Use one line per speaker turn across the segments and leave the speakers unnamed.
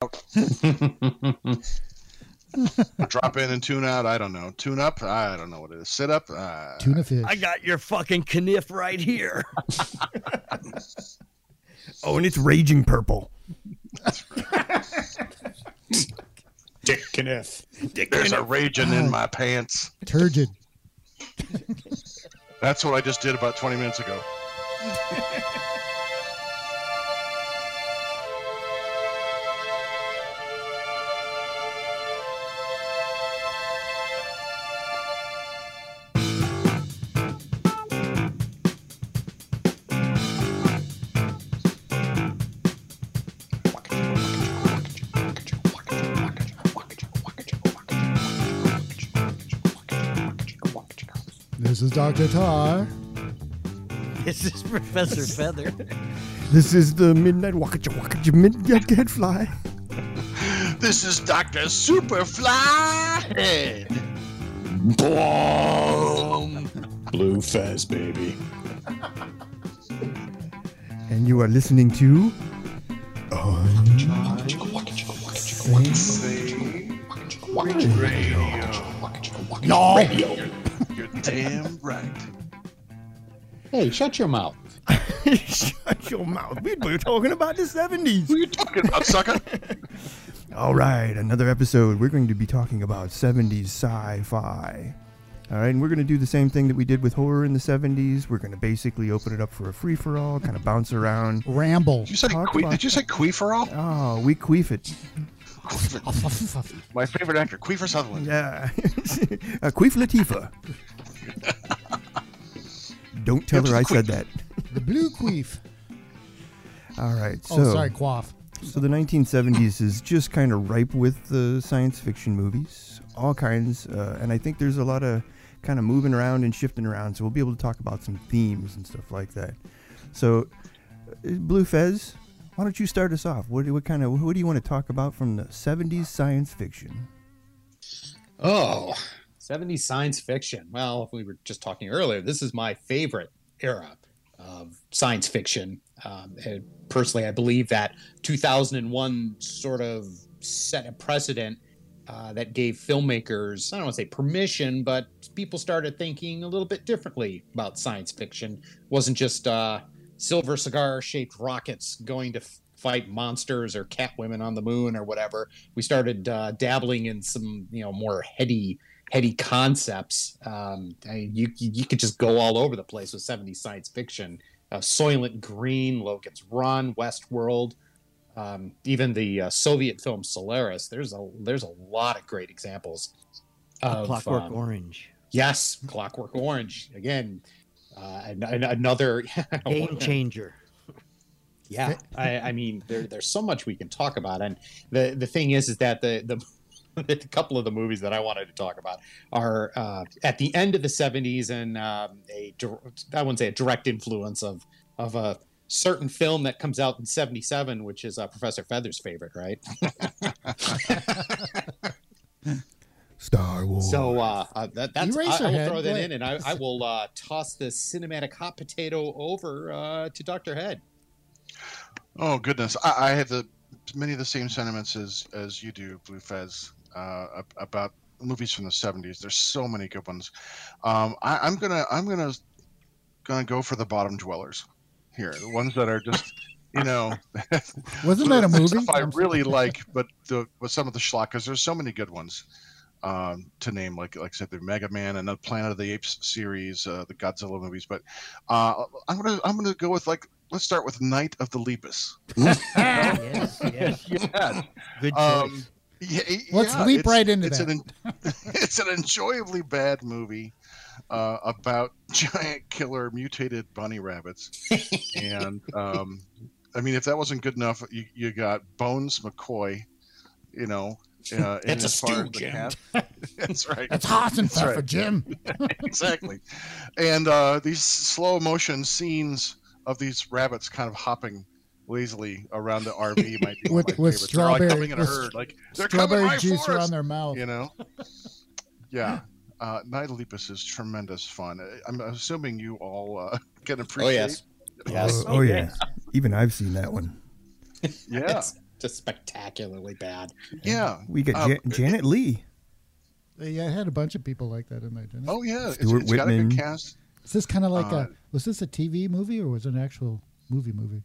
know. Drop in and tune out. I don't know. Tune up. I don't know what it is. Sit up. Uh,
Tuna fish.
I got your fucking kniff right here. oh, and it's raging purple.
Dick Kniff.
Dick
there's a
kniff.
raging in my pants.
Turgid.
That's what I just did about 20 minutes ago.
This is Dr. Tar.
this is Professor Feather.
This is the Midnight Wakaja Wakaja Midnight Gadfly.
This is Dr. Superfly. Head.
Blue Fez, baby. and you are listening to. No!
You're damn right.
Hey, shut your mouth.
Shut your mouth. We were talking about the 70s.
What are you talking about, sucker?
All right, another episode. We're going to be talking about 70s sci fi. All right, and we're going to do the same thing that we did with horror in the 70s. We're going to basically open it up for a free for all, kind of bounce around.
Ramble.
Did you say
Talk
que-
about-
Did you say Queeferall?
Oh, we queef it.
My favorite actor, Queefer Sutherland.
Yeah. a queef Latifah. Don't tell her I said that.
The blue queef.
All right, so.
Oh, sorry, quaff.
So the 1970s is just kind of ripe with the science fiction movies, all kinds, uh, and I think there's a lot of kind of moving around and shifting around. So we'll be able to talk about some themes and stuff like that. So, uh, Blue Fez, why don't you start us off? What, do- what kind of what do you want to talk about from the 70s science fiction?
Oh, 70s science fiction. Well, if we were just talking earlier, this is my favorite era of science fiction. Um, and personally, I believe that 2001 sort of set a precedent uh, that gave filmmakers, I don't want to say permission, but people started thinking a little bit differently about science fiction. It wasn't just uh, silver cigar shaped rockets going to f- fight monsters or cat women on the moon or whatever we started uh, dabbling in some you know more heady heady concepts um, I, you, you you could just go all over the place with 70s science fiction uh, soylent green logan's run westworld um, even the uh, soviet film solaris there's a there's a lot of great examples of
Clockwork
um,
Orange.
yes clockwork orange again uh, an, an- another
Game changer.
yeah I, I mean there, there's so much we can talk about and the the thing is is that the the a couple of the movies that I wanted to talk about are uh, at the end of the 70s and um, a dir- I wouldn't say a direct influence of of a certain film that comes out in 77 which is uh, Professor Feather's favorite right
Star Wars.
So uh, uh, that, that's I, I will
Eraserhead,
throw
go
that in,
ahead.
and I, I will uh, toss the cinematic hot potato over uh, to Doctor Head.
Oh goodness, I, I have the many of the same sentiments as as you do, Blue Fez, uh, ab- about movies from the '70s. There's so many good ones. Um, I, I'm gonna I'm gonna gonna go for the bottom dwellers here, the ones that are just you know
Wasn't that
the
a movie?
stuff I
I'm sorry.
really like, but the but some of the schlockers. There's so many good ones um, to name. Like like I said, the Mega Man and the Planet of the Apes series, uh, the Godzilla movies. But uh, I'm gonna I'm gonna go with like let's start with Night of the Lepus.
yes, yes.
Yeah,
Good choice.
Um, yeah, y-
Let's
yeah,
leap
it's-
right into
it's
that.
An, it's an enjoyably bad movie uh, about giant killer mutated bunny rabbits, and um, I mean, if that wasn't good enough, you, you got Bones McCoy, you know. Uh, in
That's a
his fire
stew,
the
Jim.
cat. That's right,
That's hot and
That's right.
pepper, Jim.
exactly. And uh, these slow motion scenes of these rabbits kind of hopping lazily around the RV might be one of
With-
my
with
favorites. They're all
strawberry-
coming in a
with
herd, like they're coming
Strawberry
right
juice
for us
around their mouth.
you know yeah uh night lepus is tremendous fun I- i'm assuming you all uh, can appreciate
yes. Yes.
oh yeah, even I've seen that one.
yeah
It's- just spectacularly bad.
Yeah.
We got
Uh,
Ja- Janet Lee.
Yeah, I had a bunch of people like that in there, didn't it?
Oh yeah, it's,
Stuart
it's got a
Whitman.
good cast.
Is this kind of like
Uh,
a was this a TV movie or was it an actual movie movie?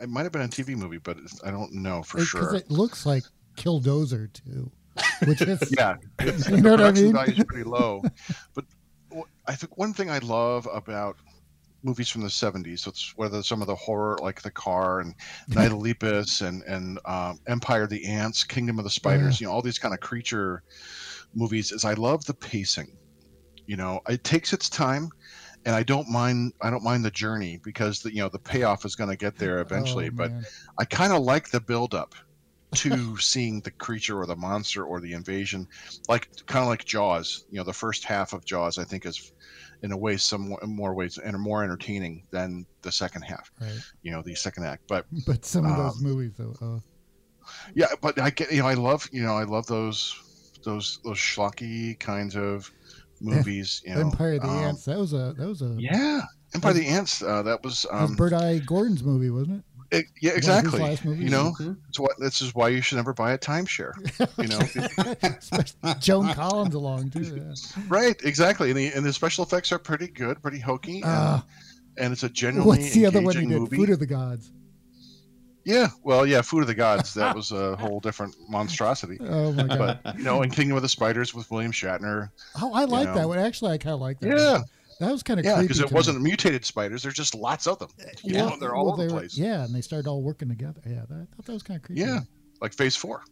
It might have been a TV movie, but it's, I don't know for
Because
sure.
it looks like Killdozer too, which is
yeah, it's,
You
the
know what I
production
mean?
value is pretty low. but wh- I think one thing I love about movies from the 70s, so it's whether some of the horror like The Car and Night of Lepus and and um, Empire of the Ants, Kingdom of the Spiders, you know, all these kind of creature movies, is I love the pacing. You know, it takes its time. And I don't mind. I don't mind the journey because the, you know the payoff is going to get there eventually.
Oh,
but
man.
I kind of like the buildup to seeing the creature or the monster or the invasion, like kind of like Jaws. You know, the first half of Jaws I think is, in a way, some in more ways and more entertaining than the second half.
right.
You know, the second act. But
But some of those
Um,
movies though, oh,
yeah, but I get you know I love you know I love those those those schlocky kinds of movies. You know,
Empire of the
um,
Ants. That was a that was a
Yeah, and by the ants, uh, that was
that was
um,
Bird Eye Gordon's movie, wasn't
it- yeah
his
exactly.
last movies.
You know,
Mhm.
it's what this is why you should never buy a timeshare. You know.
it? Joan Collins along too. Yeah.
Right, exactly, and the and the special effects are pretty good, pretty hokey, and,
Ah.
and it's a genuinely
What's the other one he
engaging
did?
movie.
Food of the Gods.
yeah, well, yeah, Food of the Gods. That was a whole different monstrosity.
Oh my god.
But you know, in Kingdom of the Spiders with William Shatner,
Oh, I like
know.
that one. Actually, I kind of like that.
Yeah.
one. that was kind of
yeah,
creepy
because it
to me.
wasn't mutated spiders. There's just lots of them. You know, and they're all
well,
over
they
the
were-
place.
Yeah, and they started all working together. Yeah, that, I thought that was kind of creepy.
Yeah. Mm-hmm. Like Phase Four,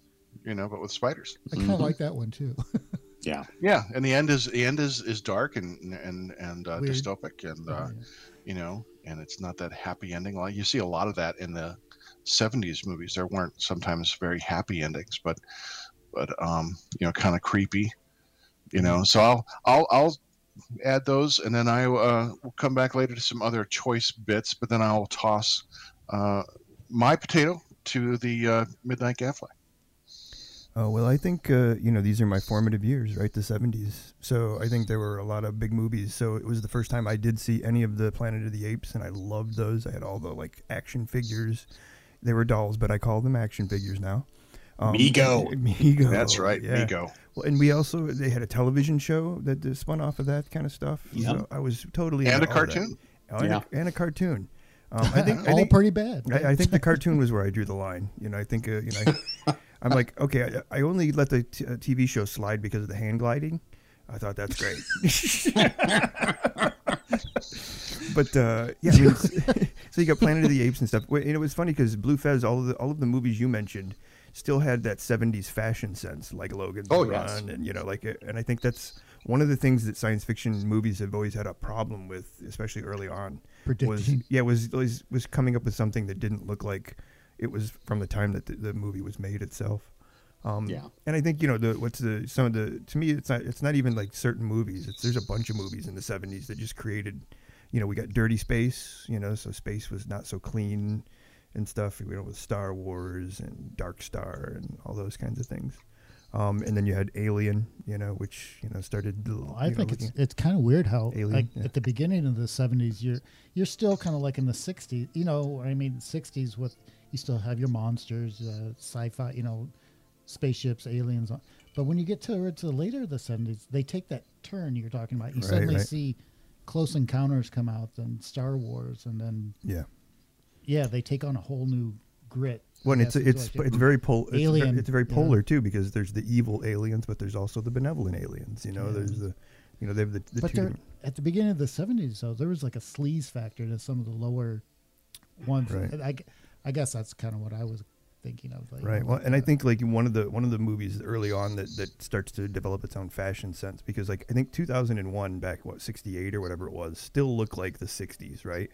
you know, but with spiders.
I kind of
Mhm.
like that one too.
Yeah.
Yeah, and the end is the end is is dark and and and uh,
Weird.
dystopic, and uh,
Yeah.
you know, and it's not that happy ending. Like you see a lot of that in the '70s movies. There weren't sometimes very happy endings, but but um, you know, kind of creepy. You know, so I'll I'll I'll add those, and then I uh, will come back later to some other choice bits. But then I'll toss uh, my potato to the uh, Midnight Gadfly.
Oh well, I think uh, you know these are my formative years, right? The '70s. So I think there were a lot of big movies. So it was the first time I did see any of the Planet of the Apes, and I loved those. I had all the like action figures. They were dolls, but I call them action figures now. Um,
Mego.
Mego. Oh, yeah.
Migo.
Well, and we also they had a television show that that spun off of that kind of stuff.
Yeah.
So I was totally
And
into
a
all that.
cartoon?
Oh, and,
Yeah.
a, and a cartoon. Um, I think I
all
think,
pretty bad.
I, I think the cartoon was where I drew the line. You know, I think uh, you know, I, I'm like, okay, I, I only let the t- uh, TV show slide because of the hand gliding. I thought that's great. but uh, yeah, I mean, it's- so you got Planet of the Apes and stuff. Wait, And it was funny because Blue Fez, all of the all of the movies you mentioned, still had that '70s fashion sense, like Logan's
Oh,
Run,
yes.
and you know, like, uh, and I think that's one of the things that science fiction movies have always had a problem with, especially early on was
Predicting.
yeah was, was was coming up with something that didn't look like it was from the time that the, the movie was made itself. Um,
Yeah.
and I think you know the what's the some of the to me it's not it's not even like certain movies. It's, there's a bunch of movies in the '70s that just created, you know, we got dirty space, you know, so space was not so clean and stuff. You know, with Star Wars and Dark Star and all those kinds of things. Um, and then you had Alien, you know, which you know started.
Well, I
you know,
think
looking
it's it's kind of weird how
Alien,
like
yeah.
at the beginning of the '70s, you're you're still kind of like in the '60s. You know, I mean, '60s with you still have your monsters, uh, sci-fi, you know, spaceships, aliens. uh, But when you get to, to the later of the '70s, they take that turn you're talking about. You
Right,
suddenly
right.
see Close Encounters come out, then Star Wars, and then
at- yeah.
yeah, they take on a whole new grit. I
Well, and it's
guess, is
it's
what I
it's
think.
very pol- it's,
Alien,
very, it's very
yeah.
polar too because there's the evil aliens, but there's also the benevolent aliens. You know, there's the you know they have the, the
but
two.
there,
different-
at the beginning of the 70s though there was like a sleaze factor to some of the lower ones
Right.
And I, gu- I guess that's kind of what i was thinking of like,
Right. Well, and I think like one of the one of the movies early on that that starts to develop its own fashion sense because like I think 2001 back what 68 or whatever it was still looked like the 60s, right?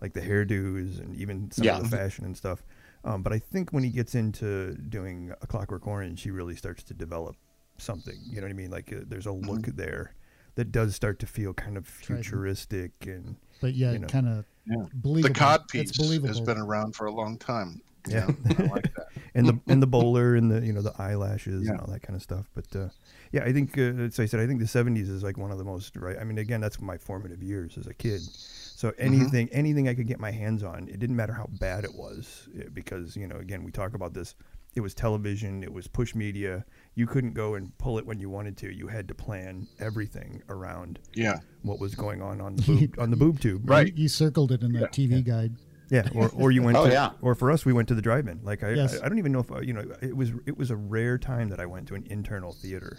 Like the hairdos and even some
Yeah.
of the fashion and stuff. Um, but I think when he gets into doing A Clockwork Orange, he really starts to develop something. You know what I mean? Like uh, there's a look there that does start to feel kind of
Tried.
futuristic and
but yeah
you know.
kind of
Yeah.
believable
The cod
it's
piece
believable
has been around for a long time. you
Yeah.
know, I like that.
and the and the bowler and the you know the eyelashes and
Yeah.
all that kind of stuff. But uh, yeah, I think uh, as I said, I think the '70s is like one of the most right. I mean, again, that's my formative years as a kid. So anything, anything I could get my hands on, it didn't matter how bad it was, eh, because you know, again, we talk about this. It was television, it was push media. You couldn't go and pull it when you wanted to. You had to plan everything around
Yeah.
what was going on on the boob, on the boob tube,
Right.
You, you circled it in that TV guide.
Yeah, or, or you went.
Oh,
to,
yeah.
Or for us, we went to the drive-in. Like I,
Yes.
I, I don't even know if uh, you know. It was it was a rare time that I went to an internal theater,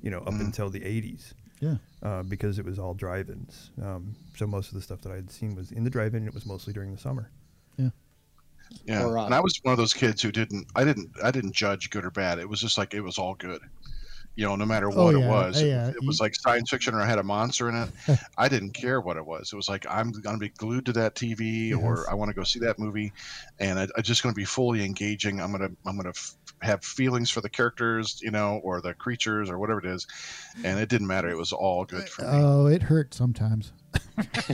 you know, up
Mm.
until the '80s,
Yeah.
uh, because it was all drive-ins. Um, so most of the stuff that I had seen was in the drive-in, and it was mostly during the summer.
Yeah.
Or, uh,
and I was one of those kids who didn't I didn't I didn't judge good or bad. It was just like it was all good. You know, no matter
Oh,
what it
yeah.
was.
Oh, yeah.
It was like science fiction or I had a monster in it. I didn't care what it was. It was like I'm gonna be glued to that TV
Yes.
or I wanna go see that movie and I, I'm just gonna be fully engaging. I'm gonna I'm gonna f- have feelings for the characters, you know, or the creatures or whatever it is. And it didn't matter. It was all good for me.
Oh, it hurt sometimes.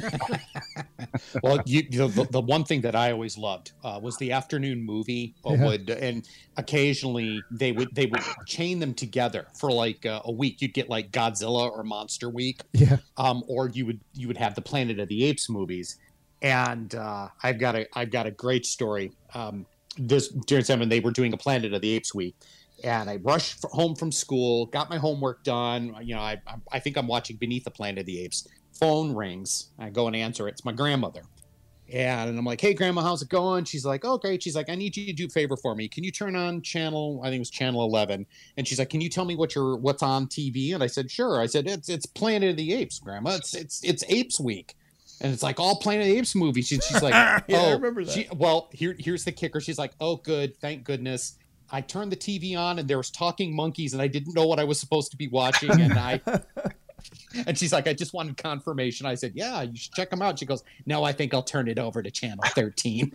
well, you, you know, the, the one thing that I always loved uh, was the afternoon movie uh,
Yeah.
would, and occasionally they would they would chain them together for like uh, a week. You'd get like Godzilla or Monster Week,
Yeah.
um, or you would you would have the Planet of the Apes movies. And uh, I've got a I've got a great story. Um, this during seven they were doing a Planet of the Apes week, and I rushed f- home from school, got my homework done. You know, I I'm- I think I'm watching Beneath the Planet of the Apes. Phone rings. I go and answer it. It's my grandmother. And I'm like, hey, grandma, how's it going? She's like, oh, great. She's like, I need you to do a favor for me. Can you turn on channel? I think it was channel 11. And she's like, can you tell me what your what's on TV? And I said, sure. I said, it's it's Planet of the Apes, grandma. It's it's it's Apes Week. And it's like all Planet of the Apes movies. And she's like,
Yeah, I
oh,
remember that.
She, well, here here's the kicker. She's like, oh, good, thank goodness. I turned the TV on and there was talking monkeys and I didn't know what I was supposed to be watching and I and she's like, I just wanted confirmation. I said, Yeah, you should check them out. She goes, No, I think I'll turn it over to channel 13.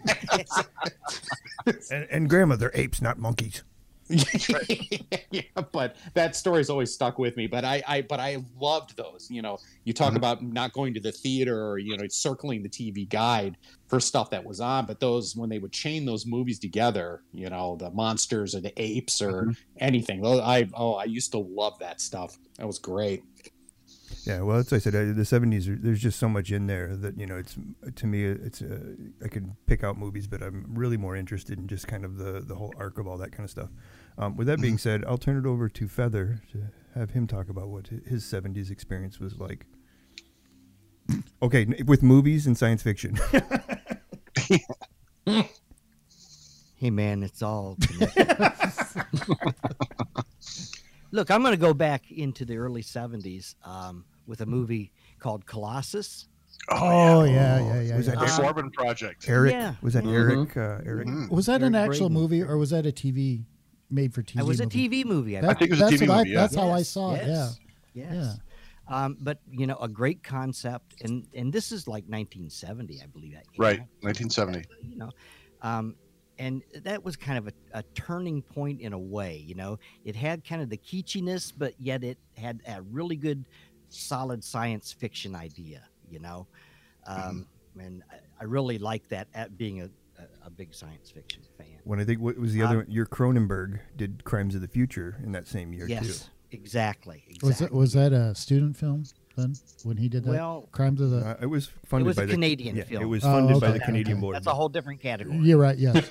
And, and Grandma, they're apes, not monkeys.
yeah, but that story's always stuck with me. But I, I but I loved those. You know, you talk about not going to the theater or you know circling the TV guide for stuff that was on, but those when they would chain those movies together, you know, the monsters or the apes or anything. Those, I oh, I used to love that stuff. That was great.
Yeah, well, that's what I said. uh, The '70s, are- there's just so much in there that you know, it's to me, it's uh, I can pick out movies, but I'm really more interested in just kind of the the whole arc of all that kind of stuff. Um, with that
Mm-hmm.
being said, I'll turn it over to Feather to have him talk about what hi- his '70s experience was like. Okay, n- with movies and science fiction.
Hey man, it's all. connected. Look, I'm going to go back into the early '70s um, with
Hmm.
a movie called Colossus.
Oh, yeah, yeah, yeah.
Was
yeah.
that
The
Eric?
Forbin project.
Eric?
Yeah. Mm-hmm.
Was that Eric?
Mm-hmm.
Mhm.
Uh, Eric?
Mhm.
Was that
Eric
an actual
Braeden.
movie or was that a TV made for TV?
It was a
movie?
TV movie. I
That-
I think it was a
that's
TV
what I-
movie, yeah.
That's how I
Yes,
saw it. Yeah.
yes, Yes. Um, but you know, a great concept, and and this is like 1970, I believe. That came
Right.
out,
Nineteen seventy.
you know, um, and that was kind of a, a turning point in a way. You know, it had kind of the kitschiness, but yet it had a really good, solid science fiction idea. You know,
Mm-hmm.
um, and I, I really like that at being a, a, a big science fiction fan.
When I think what was the
Um,
other one? Your Cronenberg did Crimes of the Future in that same year too.
Yes, exactly. Exactly.
Was that, was that a student film then when he did that?
Well,
Crimes of the.
Uh, it was funded
was
by
a
the
Canadian
yeah, It
film.
was
Oh,
funded by
okay,
the
okay,
Canadian
okay.
board.
that's a whole different category.
You're right. Yes.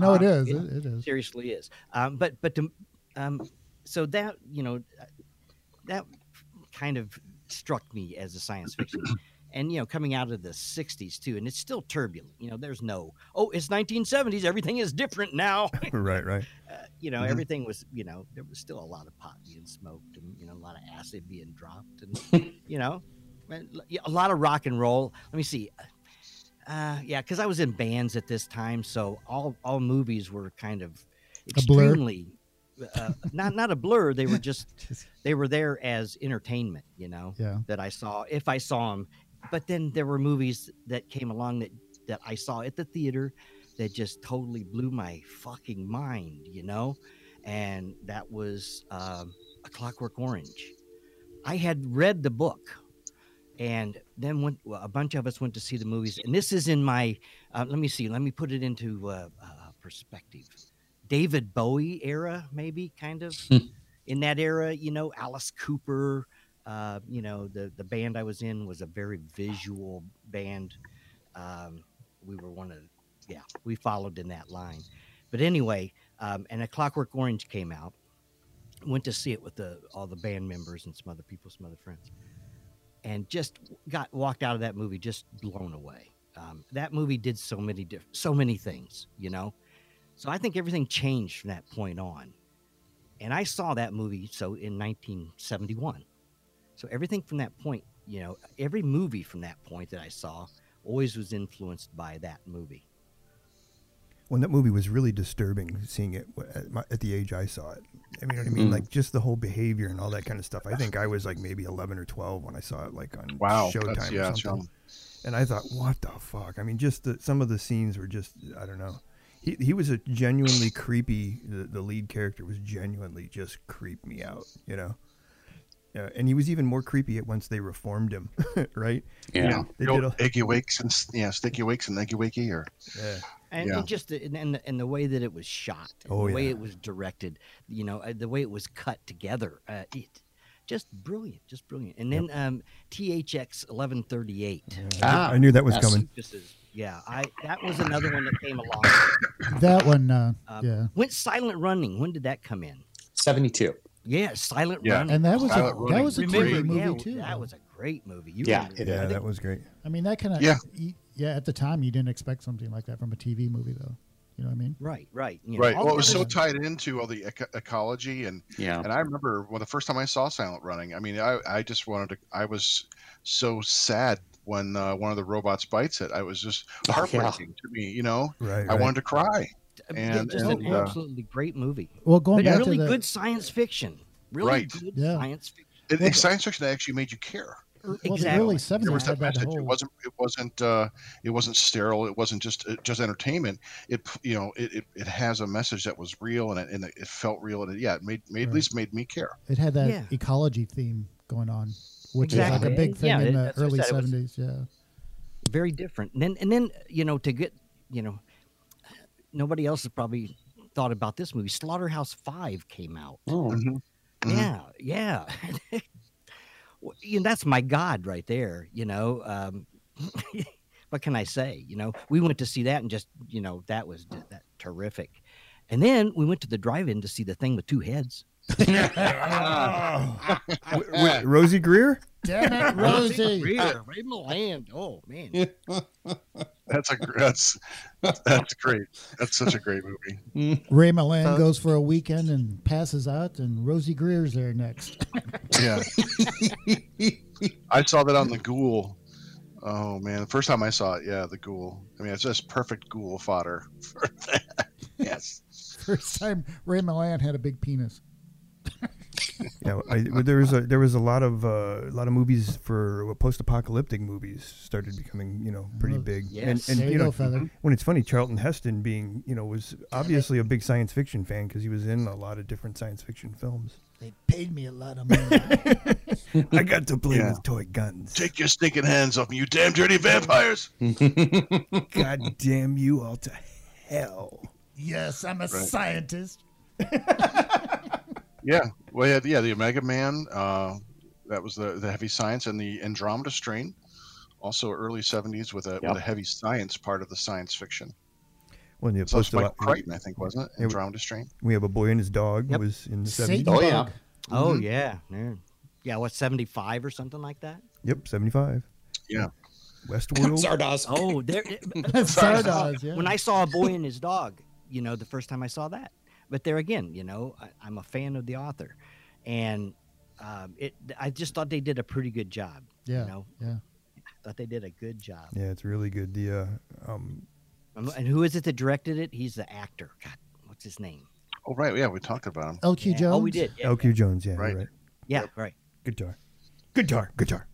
no, it
Um,
is.
yeah.
It, it is.
seriously is. Um, but but to, um, so that you know uh, that kind of struck me as a science fiction, and you know coming out of the '60s too, and it's still turbulent. You know, there's no oh it's 1970s, everything is different now.
right, right.
Uh, you know,
Mm-hmm.
Mhm.
everything was you know there was still a lot of pot being smoked and you know a lot of acid being dropped and you know and l- yeah, a lot of rock and roll. Let me see. Uh, yeah, because I was in bands at this time, so all all movies were kind of
A blur?
extremely uh, not not a blur. They were just they were there as entertainment, you know,
Yeah.
that I saw if I saw them. But then there were movies that came along that that I saw at the theater that just totally blew my fucking mind, you know, and that was um, A Clockwork Orange. I had read the book and then went, well, a bunch of us went to see the movies. And this is in my, uh, let me see, let me put it into uh, uh, perspective. David Bowie era, maybe, kind of. in that era, you know, Alice Cooper, Uh, you know, the the band I was in was a very visual band. Um, we were one of, yeah, we followed in that line. But anyway, um, and A Clockwork Orange came out. Went to see it with the all the band members and some other people, some other friends, and just got walked out of that movie just blown away. Um, that movie did so many diff- so many things, you know. So I think everything changed from that point on. And I saw that movie so in 1971. So everything from that point, you know, every movie from that point that I saw always was influenced by that movie.
When that movie was really disturbing, seeing it at, my, at the age I saw it. I mean, you know what I mean? Like just the whole behavior and all that kind of stuff. I think I was like maybe 11 or 12 when I saw it, like on
Wow, that's-
Showtime
yeah,
or
it's
something.
young.
And I thought, what the fuck? I mean, just the, some of the scenes were just, I don't know. He, he was a genuinely creepy. The, the lead character was genuinely just creeped me out, you know. Yeah, and he was even more creepy at once they reformed him, right?
Yeah,
They
you know,
did a-
Iggy Wakes and s- yeah, Sticky Wakes and Iggy Wakey, or
Yeah.
And
Yeah.
it just and, and and the way that it was shot, and
Oh,
the way
yeah.
it was directed, you know, uh, the way it was cut together, uh, it just brilliant, just brilliant. And then um, THX 1138.
Ah,
I knew that was
yes.
coming.
This is yeah, I that was another one that came along.
That one, uh,
Um,
yeah.
When Silent Running, when did that come in?
72.
Yeah, Silent
Yeah.
Running.
And that was
Silent
a, that
Running.
was a
Remember,
great movie
yeah,
too.
that
though.
was a great movie. You
Yeah,
remember
it
Yeah,
is.
that.
that was great.
I mean, that kind of
Yeah.
yeah. At the time, you didn't expect something like that from a TV movie, though. You know what I mean?
Right, right, you know,
right.
all
Well,
the
it was
other-
so tied into all the eco- ecology and
Yeah.
And I remember well, the first time I saw Silent Running. I mean, I, I just wanted to. I was so sad when uh, one of the robots bites it. I was just
Oh,
heartbreaking
yeah.
to me. You know,
Right.
I
right.
wanted to cry.
yeah,
and-
just
and,
an
uh,
absolutely great movie.
Well, going
But
back
really
to the
good science fiction. Really
Right.
good
Yeah.
science fiction.
It,
Well,
it's science fiction that actually made you care.
well, the
Exactly.
early
There was
seventies
that
had that
message.
whole
It wasn't. It wasn't. Uh, it wasn't sterile. It wasn't just uh, just entertainment. It you know it, it, it has a message that was real and it, and it felt real and it, yeah it made, made at
Right.
least made me care.
it had that
Yeah.
ecology theme going on, which is
Exactly.
like a big thing
Yeah,
in
it-
the
that's what I
early
said, it was-
seventies. Yeah,
Very different. And then and then you know to get you know nobody else has probably thought about this movie. Slaughterhouse Five came out.
Oh,
Mhm.
Yeah, yeah. Well, you know, that's my God right there. You know, um, what can I say? You know, we went to see that and just you know that was d- that terrific. And then we went to the drive-in to see the thing with two heads.
Wait, wait, Rosie Greer?
damn it, Rosie.
Greer, Ray Milland. Oh man,
That's a gr- that's that's great. That's such a great movie.
Ray Milland goes for a weekend and passes out, and Rosie Greer's there next.
Yeah. I saw that on the ghoul. Oh man, the first time I saw it, yeah, the ghoul. I mean, it's just perfect ghoul fodder for that. Yes.
First time Ray Milland had a big penis.
Yeah, I, well, there was a there was a lot of uh, a lot of movies for post apocalyptic movies started becoming you know pretty
Well,
big.
yes.
and,
there
and
you,
you
go,
know Mhm.
feather.
when it's funny Charlton Heston being you know was obviously a big science fiction fan because he was in a lot of different science fiction films.
They paid me a lot of money.
I got to play
Yeah.
with toy guns.
Take your stinking hands off me, you damn dirty vampires!
God damn you all to hell!
yes, I'm a scientist.
Yeah. Well, yeah, the- yeah. The Omega Man. Uh, that was the the heavy science and the Andromeda Strain. Also, early '70s with a
Yep.
with a heavy science part of the science fiction.
When you
So it's
post
Mike Crichton, I think, wasn't it?
Yeah, we-
Andromeda Strain.
we have a boy and his dog
Yep.
was in the
Satan
seventies.
Oh, yeah.
bug.
Oh yeah, yeah, yeah. What seventy five or something like that?
Yep, seventy five.
Yeah.
Westworld.
Zardoz.
Oh, there.
Zardoz, yeah.
When I saw a boy and his dog, you know, the first time I saw that. But there again, you know, I, I'm a fan of the author, and um, it. I just thought they did a pretty good job.
yeah,
You know,
yeah.
thought they did a good job.
Yeah, it's really good. The uh, um,
Um, And who is it that directed it? He's the actor. God, what's his name?
Oh right, yeah, we talked about him.
LQ
Yeah,
Jones.
Oh, we did. Yeah,
LQ Jones. Yeah, you're
Right.
right.
yeah, right.
guitar, guitar, guitar.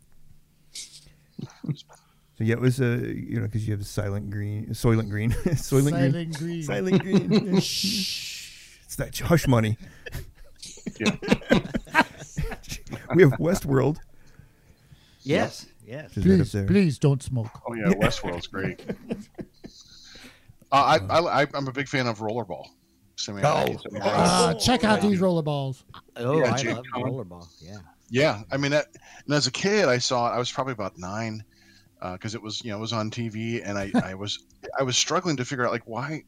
so yeah, it was uh, you know because you have silent green, soylent green, soylent green,
Silent Green.
silent green. Shh, it's that hush money.
Yeah.
we have Westworld.
Yes, yes.
Is that up
Please,
there?
please don't smoke.
Oh yeah, Westworld's great. Uh, I, I I I'm a big fan of Rollerball. Simeon,
Oh.
Simeon-
Ah, Uh, check out these rollerballs.
Oh,
Yeah,
I
Jim
love
Cohen.
rollerball. Yeah.
Yeah, I mean that. And as a kid, I saw it. I was probably about nine because uh, it was you know it was on TV, and I, I was I was struggling to figure out like why.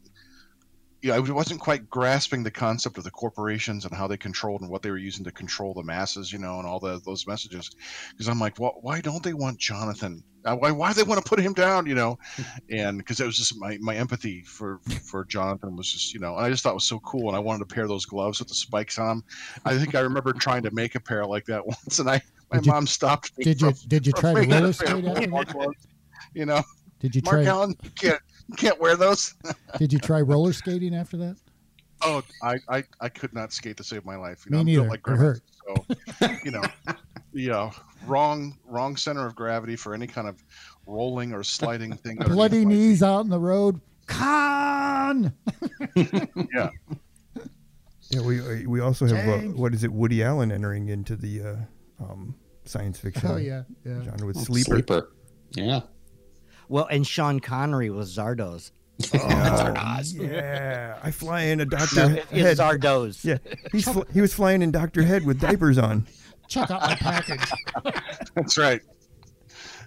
You know, I wasn't quite grasping the concept of the corporations and how they controlled and what they were using to control the masses, you know, and all the, those messages. Because I'm like, well, why don't they want Jonathan? Uh, Why why do they want to put him down? You know, and because it was just my, my empathy for for Jonathan was just you know, and I just thought it was so cool, and I wanted to pair those gloves with the spikes on them. I think I remember trying to make a pair like that once, and I my
Did you-
mom stopped me.
Did you
from-
did you
from
try to
making a
roller
pair of
skate after
football
that?
gloves. You know,
Did you
Mark
try
Allen, you can't you can't wear those.
did you try roller skating after that?
Oh, I, I, I could not skate to save my life. You
Me
know,
neither.
I'm built like grandma,
It
So, you know, you know, wrong wrong center of gravity for any kind of rolling or sliding thing. underneath
Bloody
my feet.
knees out in the road. Con.
Yeah, we we also have uh,
James.
what is it? Woody Allen entering into the uh, um, science fiction
Oh yeah, yeah.
genre with Sleeper.
Yeah.
Well, and Sean Connery was Zardoz.
Oh, yeah, I fly in a
No,
Doctor
it- it's
Head.
Zardoz.
Yeah, he's fl- he was flying in Doctor Head with diapers on.
Check out my package.
That's right.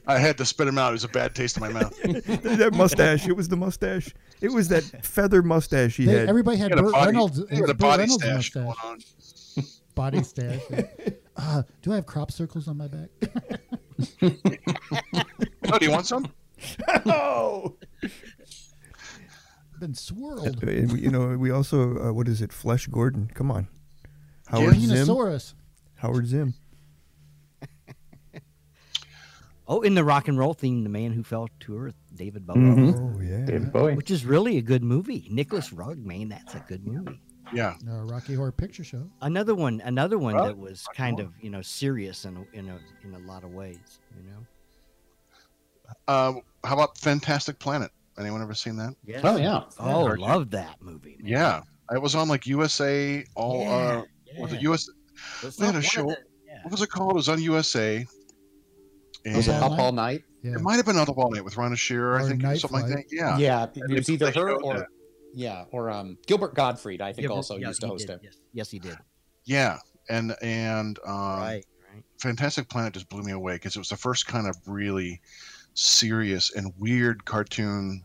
I had to spit him out. It was a bad taste in my mouth.
that mustache, it was the mustache. It was that feather mustache he
They-
had.
everybody
He
had
had a
Burt
body,
Reynolds.
he had a
Burt
body
Reynolds
stash going
mustache.
on.
Body stash. yeah. Uh, do I have crop circles on my back?
Oh, do you want some?
oh.
Been swirled.
Uh, And we, you know, we also uh, what is it? Flesh Gordon. Come on, Howard Zim.
Penosaurus.
Howard Zim.
Oh, in the rock and roll theme, The Man Who Fell to Earth, David Bowie,
Hmm?
Mhm.
Oh yeah.
David Bowie.
which is really a good movie. Nicholas Rugg, man, that's a good movie.
Yeah.
Uh, Rocky Horror Picture Show.
Another one, another one
Well,
that was kind of you know serious in a, in a in a lot of ways. You know.
Uh, how about Fantastic Planet? Anyone ever seen that?
Yes.
Oh yeah.
Oh,
Cartoon.
loved that movie. Man.
Yeah. It was on like USA all uh, was it US
That's
they had a
not one of
show-
the- yeah.
what was it called? It was on USA.
Was it
And-
Up All Night?
Yeah.
It might have been Out of All Night with Rhonda Shearer, I
Or
think, or
Night
something like that.
Flight.
Yeah.
Yeah, it
they-
was either
they
her
showed
or
that.
yeah, or um, Gilbert Gottfried. I think
Gilbert-
also
yeah,
used to
he
host
did,
it.
Yes, yes, he did.
Yeah. And and um,
right, right.
Fantastic Planet just blew me away because it was the first kind of really serious and weird cartoon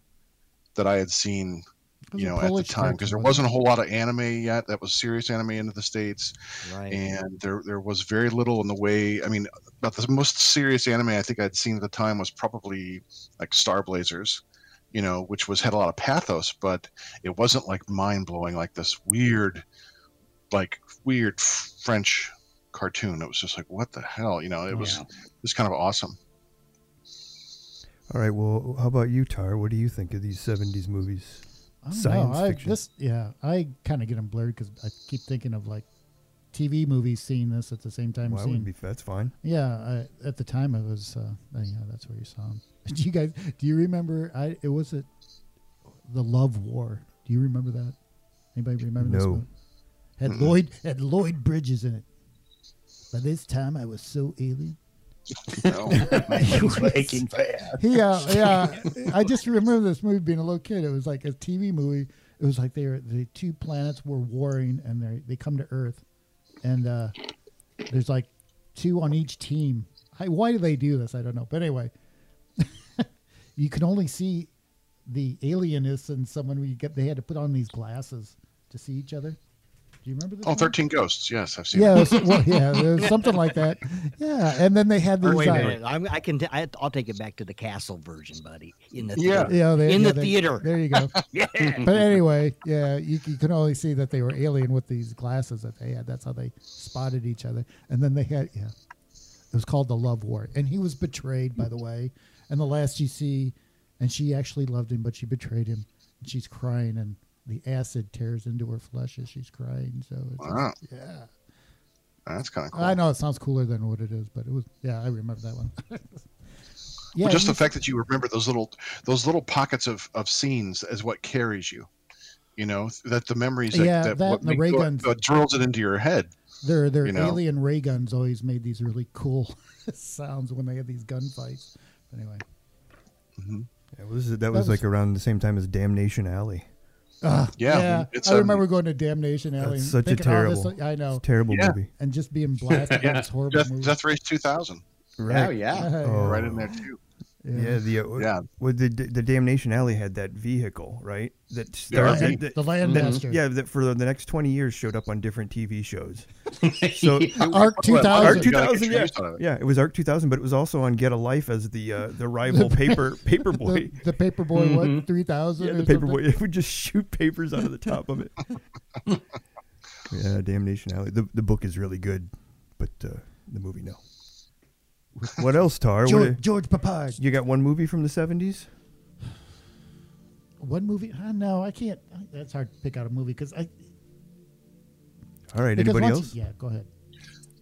that I had seen,
It was
you
a
know, at the
Polish
time because there
cartoon,
wasn't a whole lot of anime yet that was serious anime into the states.
Right.
and there there was very little in the way. I mean, about the most serious anime I think I'd seen at the time was probably like Star Blazers, you know, which was had a lot of pathos, but it wasn't like mind blowing like this weird, like weird French cartoon. It was just like what the hell, you know? It was
Yeah.
it was kind of awesome.
All right. Well, how about you, Tar? What do you think of these '70s movies?
I don't
Science
know. I,
fiction.
This, yeah, I kind of get them blurred because I keep thinking of like TV movies seeing this at the same time.
Well, that
seeing,
would be that's fine.
yeah, I, at the time it was. Uh, yeah, that's where you saw them. Do you guys? Do you remember? I it was it the Love War. Do you remember that? Anybody remember this
No.
one? Had Lloyd had Lloyd Bridges in it. By this time, I was so alien.
You know?
He, uh, yeah, I just remember this movie being a little kid. It was like a TV movie. It was like they were, the two planets were warring, and they they come to Earth, and uh, there's like two on each team. I, why do they do this? I don't know. But anyway, you can only see the alienness in someone when you get. They had to put on these glasses to see each other. Do you remember this?
oh,
one?
13 Ghosts. Yes, I've seen.
Yeah,
it.
it was, well, yeah, there was something like that. Yeah, and then they had these.
Oh, wait a
uh,
minute. I'm, I can. T- I, I'll take it back to the castle version, buddy. In the
Yeah.
theater.
Yeah, they,
In
yeah,
the
they-
theater.
There you go.
yeah.
but uh, anyway, yeah, you, you can only see that they were alien with these glasses that they had. That's how they spotted each other. And then they had, yeah, it was called the Love War. And he was betrayed, by the way. And the last you see, and she actually loved him, but she betrayed him. And she's crying, and the acid tears into her flesh as she's crying. So it's,
Wow,
yeah,
that's kind of cool.
I know it sounds cooler than what it is, but it was. Yeah, I remember that one. yeah,
Well, just the
you-
fact that you remember those little those little pockets of of scenes is what carries you you know that the memories that,
Yeah,
that,
that
what
and the
make-
ray
what-
guns.
what drills it into your head
Their their
you know?
alien ray guns always made these really cool sounds when they had these gunfights. Anyway,
That was that was
was-
like around the same time as Damnation Alley.
Ugh,
Yeah, it's,
It's, I
um,
remember going to Damnation Alley.
That's
and
such a
thinking, oh, this-
terrible,
I
it's
know,
a terrible
Yeah.
movie.
and just being blasted by
Yeah.
this horrible
Death,
movie.
Death Race 2000,
Oh
Right.
yeah.
Oh.
right in there too.
Yeah, the uh,
Yeah.
Well, the the Damnation Alley had that vehicle, right? That
Yeah,
started. that-
the
that-
Landmaster.
yeah, that for the next twenty years showed up on different TV shows. So
Arc
Well,
2000.
Arc
you gotta get
2000,
your use out of it.
yeah, it was Arc 2000, but it was also on Get a Life as the uh, the rival paper paper
the,
boy.
the Paperboy, what, 3000?
Mm-hmm. yeah,
or
the
something?
paper boy. It would just shoot papers out of the top of it. yeah, Damnation Alley. The the book is really good, but uh, the movie no. What else, Tar?
George,
What,
George Papage.
you got one movie from the 70s?
One movie? I know. I can't. That's hard to pick out a movie because I.
All right,
because
anybody
once-
else?
Yeah, go ahead.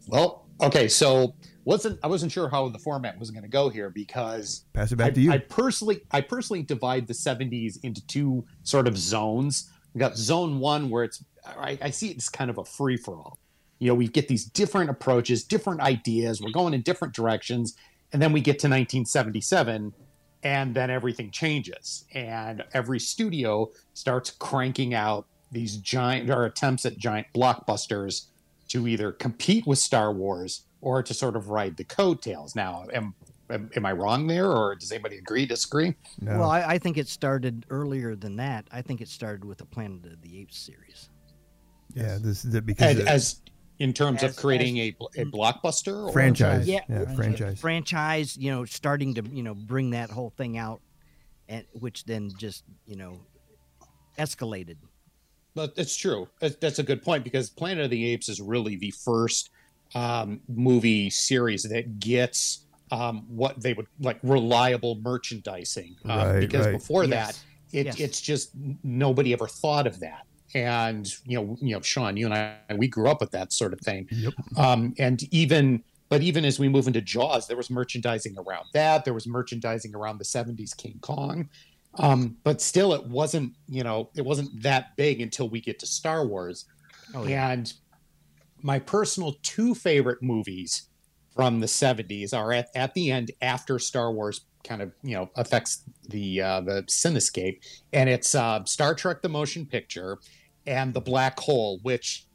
Well, okay, so wasn't I wasn't sure how the format was going to go here because
Pass it back
I,
to you.
I personally I personally divide the 70s into two sort of zones. We got zone one where it's I, I see it's kind of a free for all. You know, we get these different approaches, different ideas. We're going in different directions, and then we get to 1977, and then everything changes, and every studio starts cranking out these giant or attempts at giant blockbusters to either compete with Star Wars or to sort of ride the coattails. Now, am am, am I wrong there, or does anybody agree, disagree?
No.
Well, I, I think it started earlier than that. I think it started with the Planet of the Apes series.
yeah, this that because
As,
it-
as in terms
As-
of creating a, bl- a blockbuster, or
franchise.
Yeah, franchise.
franchise.
Franchise, you know, starting to you know bring that whole thing out, and which then just you know escalated.
But it's true. That's that's a good point because Planet of the Apes is really the first um, movie series that gets um, what they would like reliable merchandising. Um,
Right,
because
right.
before that,
Yes.
it,
Yes.
it's just n- nobody ever thought of that. And you know, you know, Sean, you and I, we grew up with that sort of thing.
Yep.
Um, and even, but even as we move into Jaws, there was merchandising around that. There was merchandising around the '70s King Kong. Um, but still, it wasn't, you know, it wasn't that big until we get to Star Wars.
Oh yeah,
And my personal two favorite movies from the 70s are at, at the end after Star Wars kind of, you know, affects the uh, the cinescape. And it's uh, Star Trek the Motion Picture and The Black Hole, which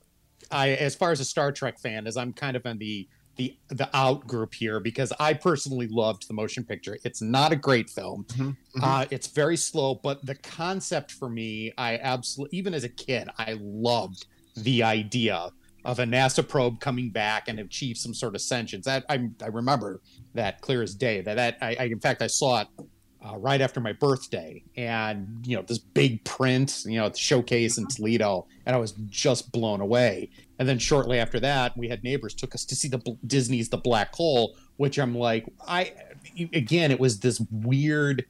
I as far as a Star Trek fan is I'm kind of in the the the out group here because I personally loved the motion picture. It's not a great film.
Mhm, mhm.
Uh, it's very slow, but the concept for me, I absolutely even as a kid, I loved the idea of a NASA probe coming back and achieve some sort of sentience. That I I remember that clear as day. That that I, I in fact I saw it uh, right after my birthday, and you know this big print, you know, at the showcase in Toledo, and I was just blown away. And then shortly after that, we had neighbors took us to see the bl- Disney's The Black Hole, which I'm like, I again, it was this weird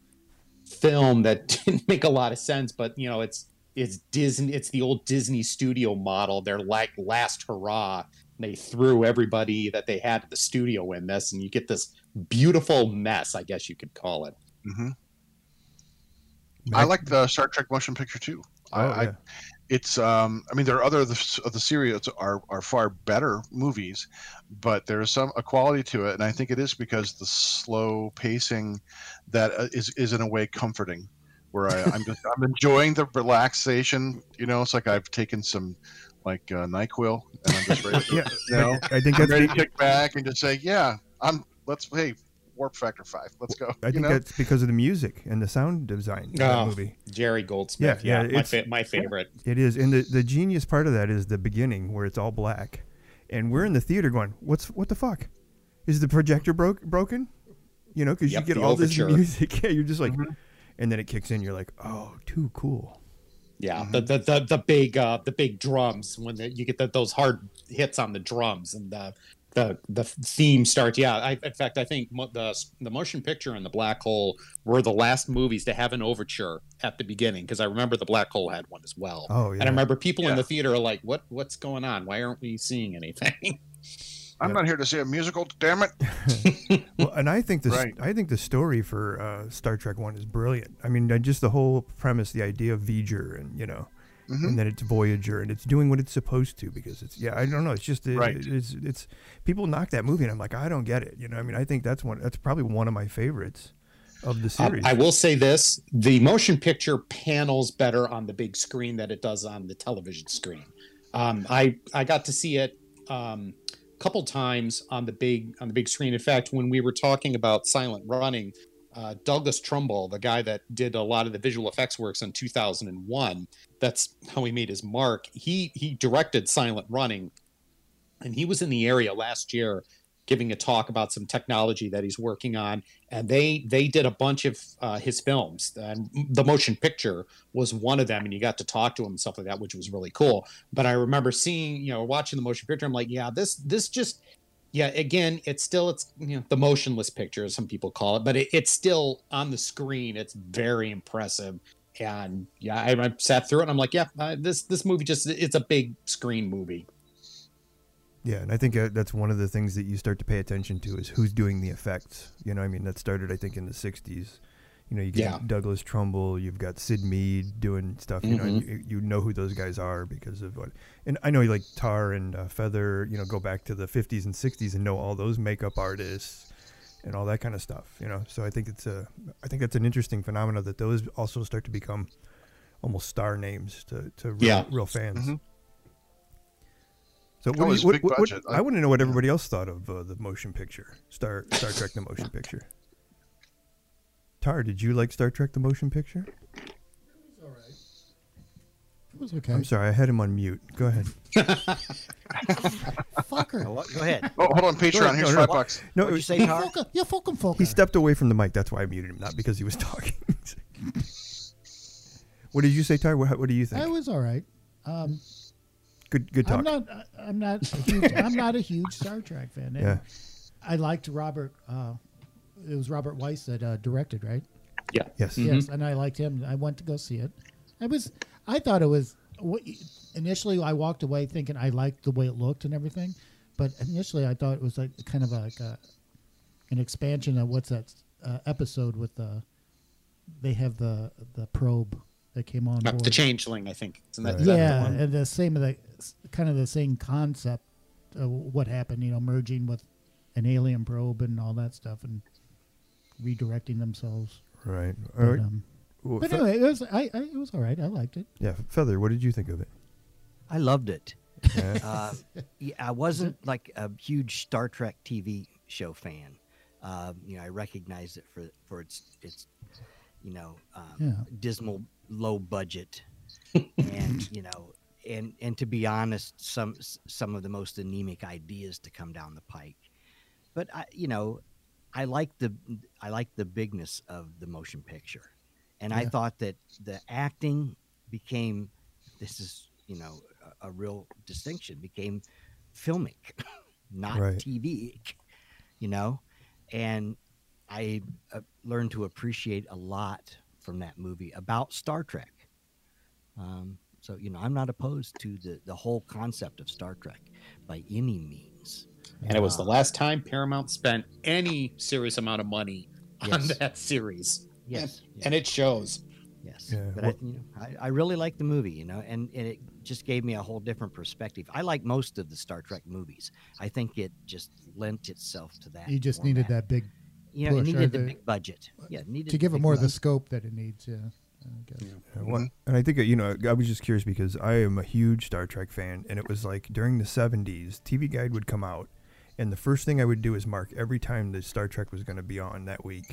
film that didn't make a lot of sense, but you know, it's it's Disney, it's the old Disney studio model. They're like last hurrah. They threw everybody that they had at the studio in this, and you get this beautiful mess, I guess you could call it.
hmm
Oh.
I like the Star Trek motion picture too. I,
Oh,
I
yeah.
it's um I mean there are other of the, of the series are are far better movies, but there is some a quality to it, and I think it is because the slow pacing that uh, is is in a way comforting. Where I, I'm just I'm enjoying the relaxation. You know, it's like I've taken some like uh, Nyquil, and I'm just ready. To,
Yeah,
you know,
I think
I'm
that's
ready
the,
to kick back and just say, yeah, I'm. Let's hey, Warp Factor Five. Let's go.
I
you
think
know?
that's because of the music and the sound design in
Oh.
that movie.
Jerry Goldsmith,
Yeah, yeah,
yeah, my,
it's-
fa- my favorite.
It is, and the, the genius part of that is the beginning where it's all black, and we're in the theater going, "What's what the fuck? Is the projector broke broken? You know, because
Yep,
you get
the
all this
overture.
music. Yeah, you're just like,
Mm-hmm.
and then it kicks in. You're like, oh, too cool.
Yeah, the, the the the big uh the big drums when the, you get the, those hard hits on the drums and the the the theme starts. Yeah, I, in fact, I think mo- the the motion picture and the black hole were the last movies to have an overture at the beginning because I remember the black hole had one as well.
Oh,
And
yeah.
I remember people
Yeah.
in the theater are like, "What what's going on? Why aren't we seeing anything?"
I'm not here to see a musical. Damn it.
Well, and I think the s-
Right.
I think the story for uh, Star Trek One is brilliant. I mean, uh, just the whole premise, the idea of V'ger, and you know,
Mm-hmm.
and then it's Voyager, and it's doing what it's supposed to because it's yeah, I don't know, it's just it,
Right.
it's it's people knock that movie, and I'm like, I don't get it. You know, I mean, I think that's one that's probably one of my favorites of the
Um,
series.
I will say this: the motion picture panels better on the big screen than it does on the television screen. Um, I I got to see it um, a couple times on the big on the big screen. In fact, when we were talking about Silent Running, uh, Douglas Trumbull, the guy that did a lot of the visual effects works in 2001, that's how he made his mark. He he directed Silent Running, and he was in the area last year giving a talk about some technology that he's working on and they they did a bunch of uh, his films and the motion picture was one of them and you got to talk to him and stuff like that which was really cool but i remember seeing you know watching the motion picture i'm like yeah this this just yeah again it's still it's you know the motionless picture as some people call it but it, it's still on the screen it's very impressive and yeah i, I sat through it and i'm like yeah uh, this this movie just it's a big screen movie
Yeah, and I think uh, that's one of the things that you start to pay attention to is who's doing the effects. You know, I mean, that started I think in the '60s. You know, you get
Yeah.
Douglas Trumbull, you've got Sid Mead doing stuff. You know, and
Mm-hmm.
you, you know who those guys are because of what. And I know like Tar and uh, Feather. You know, go back to the '50s and '60s and know all those makeup artists and all that kind of stuff. You know, so I think it's a, I think that's an interesting phenomena that those also start to become almost star names to to real,
Yeah. Mm-hmm.
real fans.
Mhm.
So
It
what, do
was
you- what,
Oh, big
what- what-
budget.
I want to know what everybody else thought of uh, the motion picture, Star Star Trek the motion picture. Tar, did you like Star Trek the motion picture?
It was okay.
I'm sorry, I had him on mute. Go ahead.
Fucker.
Go ahead.
Oh, hold on, Patreon.
ahead,
Here's
no, no.
five bucks.
No, it
What'd you
was,
say,
You
Tar?
fucker. You fucking fucker.
he stepped away from the mic. That's why I muted him, not because he was talking. what did you say, Tar? What, what do you think?
I was all right. Um,
good, good talk.
I'm not. I- I'm not. A huge, I'm not a huge Star Trek fan. And
Yeah.
I liked Robert. Uh, it was Robert Weiss that uh, directed, right?
yeah
yes.
Yes, and I liked him. I went to go see it. I was. I thought it was. what- Initially, I walked away thinking I liked the way it looked and everything, but initially I thought it was like kind of like a, an expansion of what's that uh, episode with the. They have the the probe that came on board.
the changeling i think Isn't that- is that the
Yeah,
one?
and the same of the kind of the same concept. Of what happened? You know, merging with an alien probe and all that stuff, and redirecting themselves.
Right. All right.
But, um,
Well,
but
Fe-
anyway, it was I, I it was all right. I liked it.
yeah, Feather. What did you think of it?
I loved it.
Yeah.
Uh, yeah, I wasn't like a huge Star Trek TV show fan. Um, you know, I recognized it for for its its you know um,
Yeah.
dismal low budget, and you know, and and to be honest, some s- some of the most anemic ideas to come down the pike. But I, you know, I like the I like the bigness of the motion picture, and I
Yeah.
thought that the acting became this is you know a, a real distinction became filmic, not
Right.
TV, you know, and I uh, learned to appreciate a lot from that movie about Star Trek. Um, so you know, I'm not opposed to the the whole concept of Star Trek by any means.
and it was the last time Paramount spent any serious amount of money on
Yes.
that series,
Yes,
and it shows.
Yes,
Yeah,
but
what-
I, you know, I, I really like the movie, you know, and, and it just gave me a whole different perspective. I like most of the Star Trek movies. I think it just lent itself to that.
You just needed that
format.
big
You know, it
push, or
needed the,
the-
big budget. Yeah, it needed
to give
the
it
big
more of the
budget.
scope that it needs. Yeah, I guess.
Yeah, well, And I think, uh, you know, I was just curious because I am a huge Star Trek fan. And it was like during the 70s, TV Guide would come out. And the first thing I would do is mark every time the Star Trek was going to be on that week.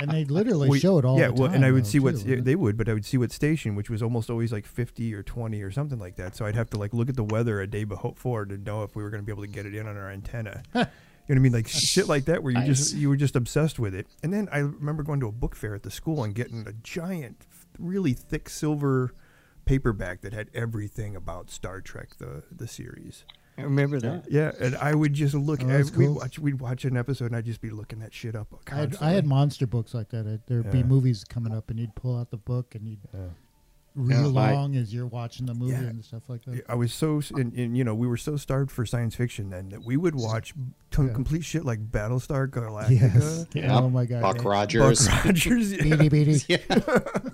And they literally
We-
show it all.
yeah,
the
well,
time,
and I would
though,
see what
too, wasn't
they would, but I would see what station, which was almost always like 50 or 20 or something like that. So I'd have to like look at the weather a day before to know if we were going to be able to get it in on our antenna. you know what I mean? Like shit like that, where you just
Nice.
you were just obsessed with it. And then I remember going to a book fair at the school and getting a giant, really thick silver paperback that had everything about Star Trek the the series.
I remember that.
Yeah, and I would just look.
Oh,
at
that's
we'd
cool.
watch we'd watch an episode and I'd just be looking that shit up.
I had,
Constantly.
I had monster books like that. Uh, There'd be
Yeah.
movies coming up, and you'd pull out the book and you'd read
Yeah,
my-
along as you're watching the movie
Yeah.
and stuff like that.
Yeah, I was so, and, and you know, we were so starved for science fiction then that we would watch t-
Yeah.
complete shit like Battlestar Galactica,
Yes. Oh my god.
Buck Rogers.
Buck Rogers. yeah.
Beady beady.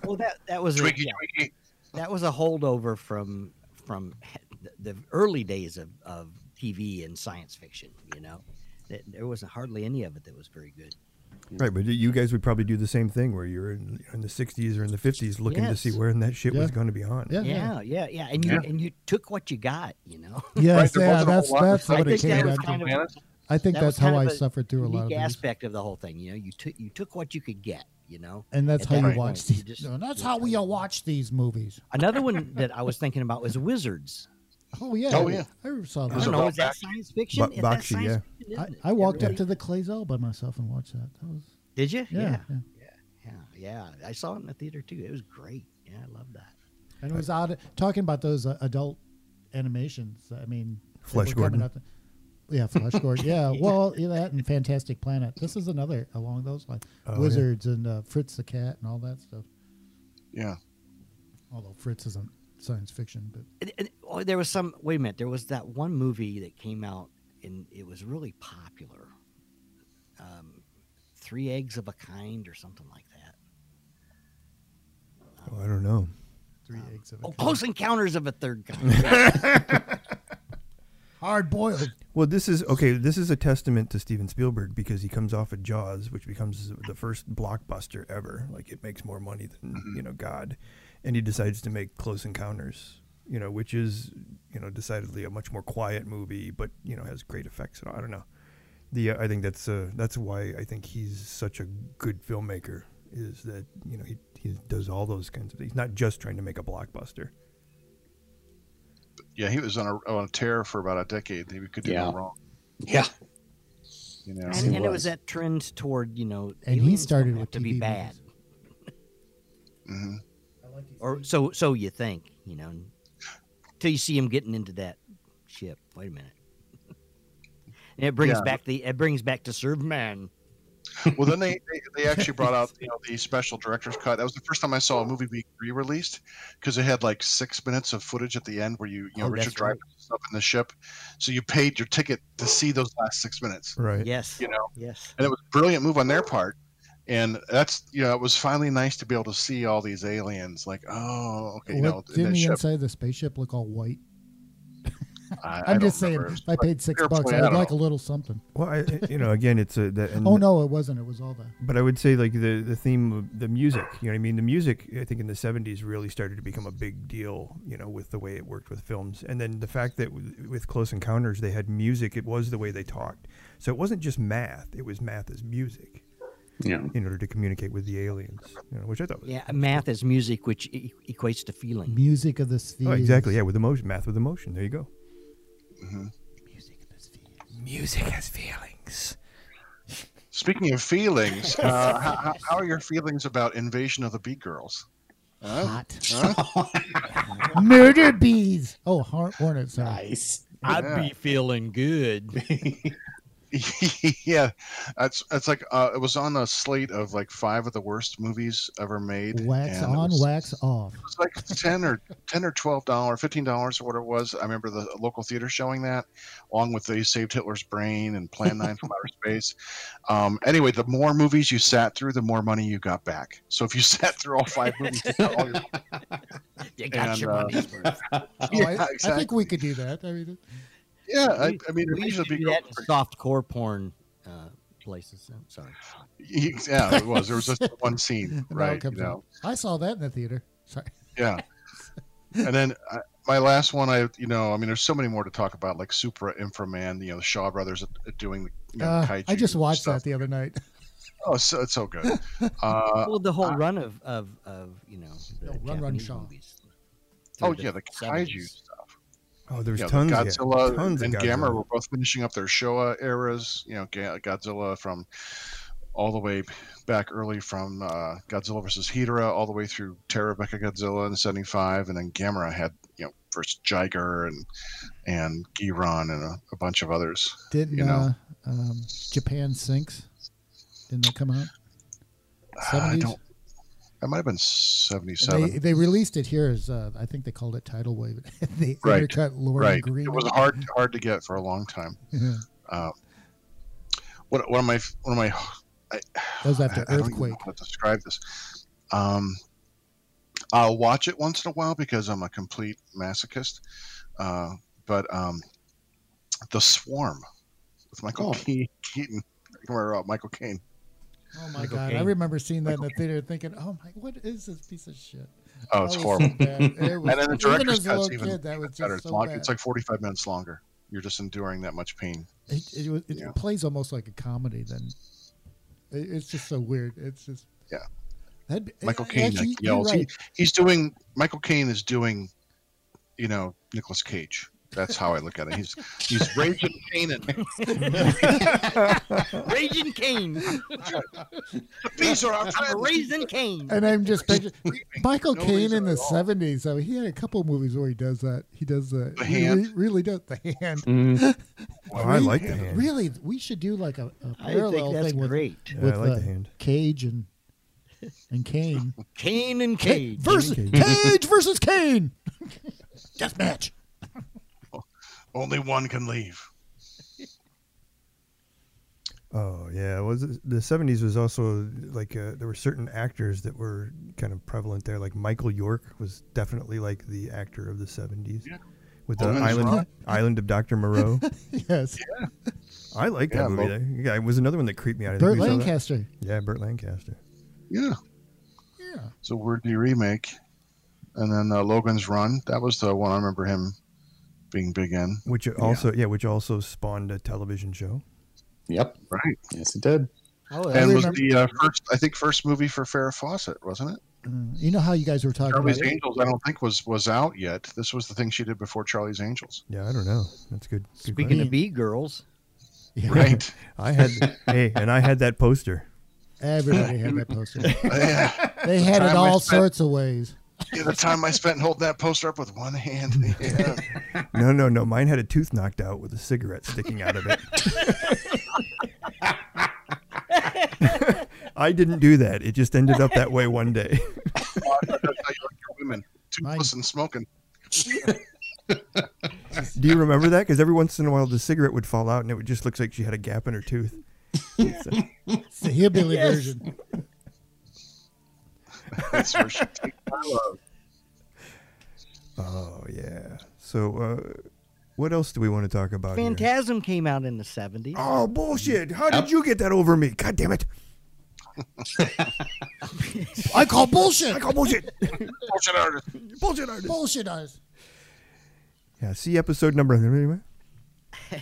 Well, that that was a,
Twiggy,
yeah,
Twiggy.
that was a holdover from from the, the early days of, of TV and science fiction. You know, That- there wasn't hardly any of it that was very good.
Right, but you guys would probably do the same thing where you're in, in the 60s or in the 50s looking to see
Yes.
where in that shit was
Yeah.
going to be on.
Yeah,
Yeah, yeah, yeah. And you
Yeah.
and you took what you got, you know.
Yes,
there
yeah,
wasn't a
that's
whole lot
that's
of
what it
stuff. I
came
think that was
back
kind
to.
of-
I think
that was
that's how
kind
I
of a
suffered through a lot of
Unique
these.
aspect of the whole thing, you know. You took you took what you could get, you know.
And that's
At
how
that
you
point,
watch
you
these.
just-
no, that's how we all watch these movies.
Another one that I was thinking about was Wizards.
Oh yeah,
Oh, yeah.
I saw
was a
I don't
that.
know,
while
is that
back.
science fiction?
Ba-
Is that
Bakshi,
science
yeah.
fiction,
I,
isn't it?
I walked
Yeah.
up to the Clazel by myself and watched that. That was
Did you?
yeah, yeah.
yeah, yeah, yeah. I saw it in the theater too. It was great. Yeah, I love that.
and it was out talking about those uh, adult animations. I mean, that
Flash
were coming
Gordon.
out the- yeah, Flash Gordon. Yeah, well, yeah, that and Fantastic Planet. This is another along those lines.
Oh, yeah.
Wizards and uh, Fritz the Cat and all that stuff.
Yeah.
Although Fritz isn't science fiction, but
And- and- oh, there was some. Wait a minute. There was that one movie that came out and it was really popular. Um, Three eggs of a kind or something like that.
Oh, I don't know.
Three Eggs of a
Oh,
Kind.
Close Encounters of a Third Kind.
Hard boiled.
Well, this is okay. This is a testament to Steven Spielberg because he comes off of Jaws, which becomes the first blockbuster ever. Like it makes more money than you know God, and he decides to make Close Encounters. You know, which is you know decidedly a much more quiet movie, but you know has great effects. And all. I don't know. The uh, I think that's uh, that's why I think he's such a good filmmaker is that you know he he does all those kinds of things. Not just trying to make a blockbuster.
Yeah, he was on a, on a tear for about a decade. He could do
Yeah.
no wrong.
Yeah.
You know?
Yes, he
and, and it
was.
was that trend toward you know
And he
aliens don't
started
have
with
to be
TV
bad,
movies.
hmm
or so so you think, you know, till you see him getting into that ship. Wait a minute. And it brings
Yeah.
back the it brings back to serve man.
Well, then they, they, they actually brought out you know the special director's cut. That was the first time I saw a movie being re-released because it had like six minutes of footage at the end where you you know
Oh,
Richard
that's
Dreyfuss is up in the ship, so you paid your ticket to see those last six minutes,
Right.
Yes.
you know,
Yes.
and it was a brilliant move on their part. And that's you know it was finally nice to be able to see all these aliens like oh okay you know
What,
in
didn't
the
the
ship.
inside of the spaceship look all white?
I, I
I'm just
don't
saying,
remember.
if I paid six
fair
bucks,
play, I
I'd
don't
like a
know.
little something.
Well, I, you know, again, it's a that. and-
Oh no, it wasn't. It was all that.
But I would say like the the theme of the music, you know what I mean? The music I think in the 70s really started to become a big deal, you know, with the way it worked with films. And then the fact that with, with Close Encounters they had music, it was the way they talked. So it wasn't just math, it was math as music
Yeah.
in order to communicate with the aliens, you know, which I thought was
Yeah. Math is music, which e- equates to feeling.
Music of the spheres.
Oh, exactly. Yeah, with emotion, math with emotion. There you go.
Mm-hmm.
Music of the spheres.
Music has feelings.
Speaking of feelings, uh, how, how- how are your feelings about Invasion of the Bee Girls?
Hot. Murder bees. Oh, har- hornets. Sorry.
nice.
I'd be
feeling good.
yeah, that's that's like uh, it was on a slate of like five of the worst movies ever made.
Wax
and it
on,
was-
wax off.
It was like ten or ten or twelve dollar, fifteen dollars or what it was. I remember the local theater showing that, along with they saved Hitler's brain and Plan Nine from Outer Space. Um, anyway, the more movies you sat through, the more money you got back. So if you sat through all five movies, you got all your
You got
And,
your
uh,
money's worth.
Oh, I,
Yeah,
I think
exactly.
we could do that. I mean,
Yeah, I, I mean,
we
Invasion
used
of
to
the Bee
do
Girls.
that in soft core porn uh, places. I'm sorry.
Yeah, it was. There was just one scene,
it
right? You
comes
know.
out. I saw that in the theater. Sorry.
Yeah. and then I, my last one, I you know, I mean, there's so many more to talk about, like Supra, Inframan, you know, the Shaw Brothers uh, doing the you know,
Uh,
kaiju
I just watched
stuff.
that the other night.
Oh, so, it's so good. Uh,
well, the whole run of, of, of you know the
No, Run Run
Japanese
Shaw.
movies.
oh
through
yeah, the kaiju
70s.
stuff.
Oh, there's
You know,
tons
the
of
Godzilla
yeah, tons
and
of
Gamma
Godzilla.
were both finishing up their Showa eras. You know, Ga- Godzilla from all the way back early from uh, Godzilla versus Hedorah, all the way through Terra Mecha Godzilla in '75, and then Gamera had you know first Jiger and and Giron and a, a bunch of others.
Didn't
You know.
uh, um, Japan sinks? Didn't that come out?
Uh, I
70s?
don't. That might have been
And
'77.
They, they released it here as uh, I think they called it Tidal Wave. they
Right.
undercut Lauren
Right.
Green.
It was hard hard to get for a long time.
Yeah.
Um, what one of my one of my
That was after
I- I don't even
Earthquake.
know how to describe this. Um, I'll watch it once in a while because I'm a complete masochist. Uh, but um, the Swarm with Michael
Oh.
Ke- Keaton, or uh, Michael Caine.
Oh my
Michael
god! I
Caine.
remember seeing that in the theater, thinking, "Oh my, what is this piece of shit?"
Oh, it's
That was so
horrible.
bad. It was-
And then the
even
director's
as
cut's
a little
even
kid, that was
better. It's,
just so
long,
bad.
it's like 45 minutes longer. You're just enduring that much pain.
it, it, was- it
Yeah.
plays almost like a comedy. Then it, it's just so weird. It's just
Yeah.
That'd be,
Michael
yeah,
Caine
actually,
like,
you're
yells.
right.
He, he's doing Michael Caine is doing, you know, Nicolas Cage. That's how I look at it. He's he's raging Cain and the
Raging Kane.
bees are outside.
I'm raising Kane.
And I'm just picturing Michael
No
Caine
reason
in the
at all.
'70s. So he had a couple movies where he does that. He does that.
The
he
hand.
re- really does the hand.
Oh, I
We-
like the hand.
Really, we should do like a, a
I think
parallel
that's
thing with
great.
Yeah,
with
I like
uh,
the hand.
Cage and and Kane.
Kane and
Cage
Cage.
versus
Cage.
Cage versus Kane. Death match.
Only one can leave.
Oh yeah, it was the seventies was also like uh, there were certain actors that were kind of prevalent there. Like Michael York was definitely like the actor of the seventies.
Yeah.
With the
Omen is
island,
wrong.
island of Dr. Moreau.
Yes,
I like that
Yeah,
movie.
Mo-
There. Yeah, it was another one that creeped me out. I think
Burt
we saw that.
Lancaster.
Yeah, Burt Lancaster.
Yeah,
Yeah,
it's a wordy remake, and then uh, Logan's Run. That was the one I remember him being big in.
Which also, yeah. which also spawned a television show.
Yep.
Right,
Yes, it did.
oh,
and was the uh, first I think first movie for Farrah Fawcett, wasn't it?
you know how you guys were talking
Charlie's
about it?
Angels. I don't think was was out yet. This was the thing she did before Charlie's Angels.
Yeah, I don't know. That's good. good
Speaking
question.
of B girls,
Yeah.
Right.
I had hey, and I had that poster.
Everybody had that poster.
yeah.
They had it
Time I
all
spent-
sorts of ways.
Yeah, the time I spent holding that poster up with one hand. Yeah.
No, no, no. Mine had a tooth knocked out with a cigarette sticking out of it. I didn't do that. It just ended up that way one day.
That's how you like your women, toothless and smoking.
Do you remember that? Because every once in a while the cigarette would fall out and it would just looks like she had a gap in her tooth.
It's the hillbilly
Yes.
version.
That's where she takes my love.
Oh yeah. So uh, what else do we want to talk about? here?
Phantasm came out in the 70s.
Oh bullshit! How did
Yep.
you get that over me? God damn it!
I call bullshit.
I call bullshit.
Bullshit artist.
bullshit artist.
bullshit us.
Yeah. See episode number. Anyway.
Yeah.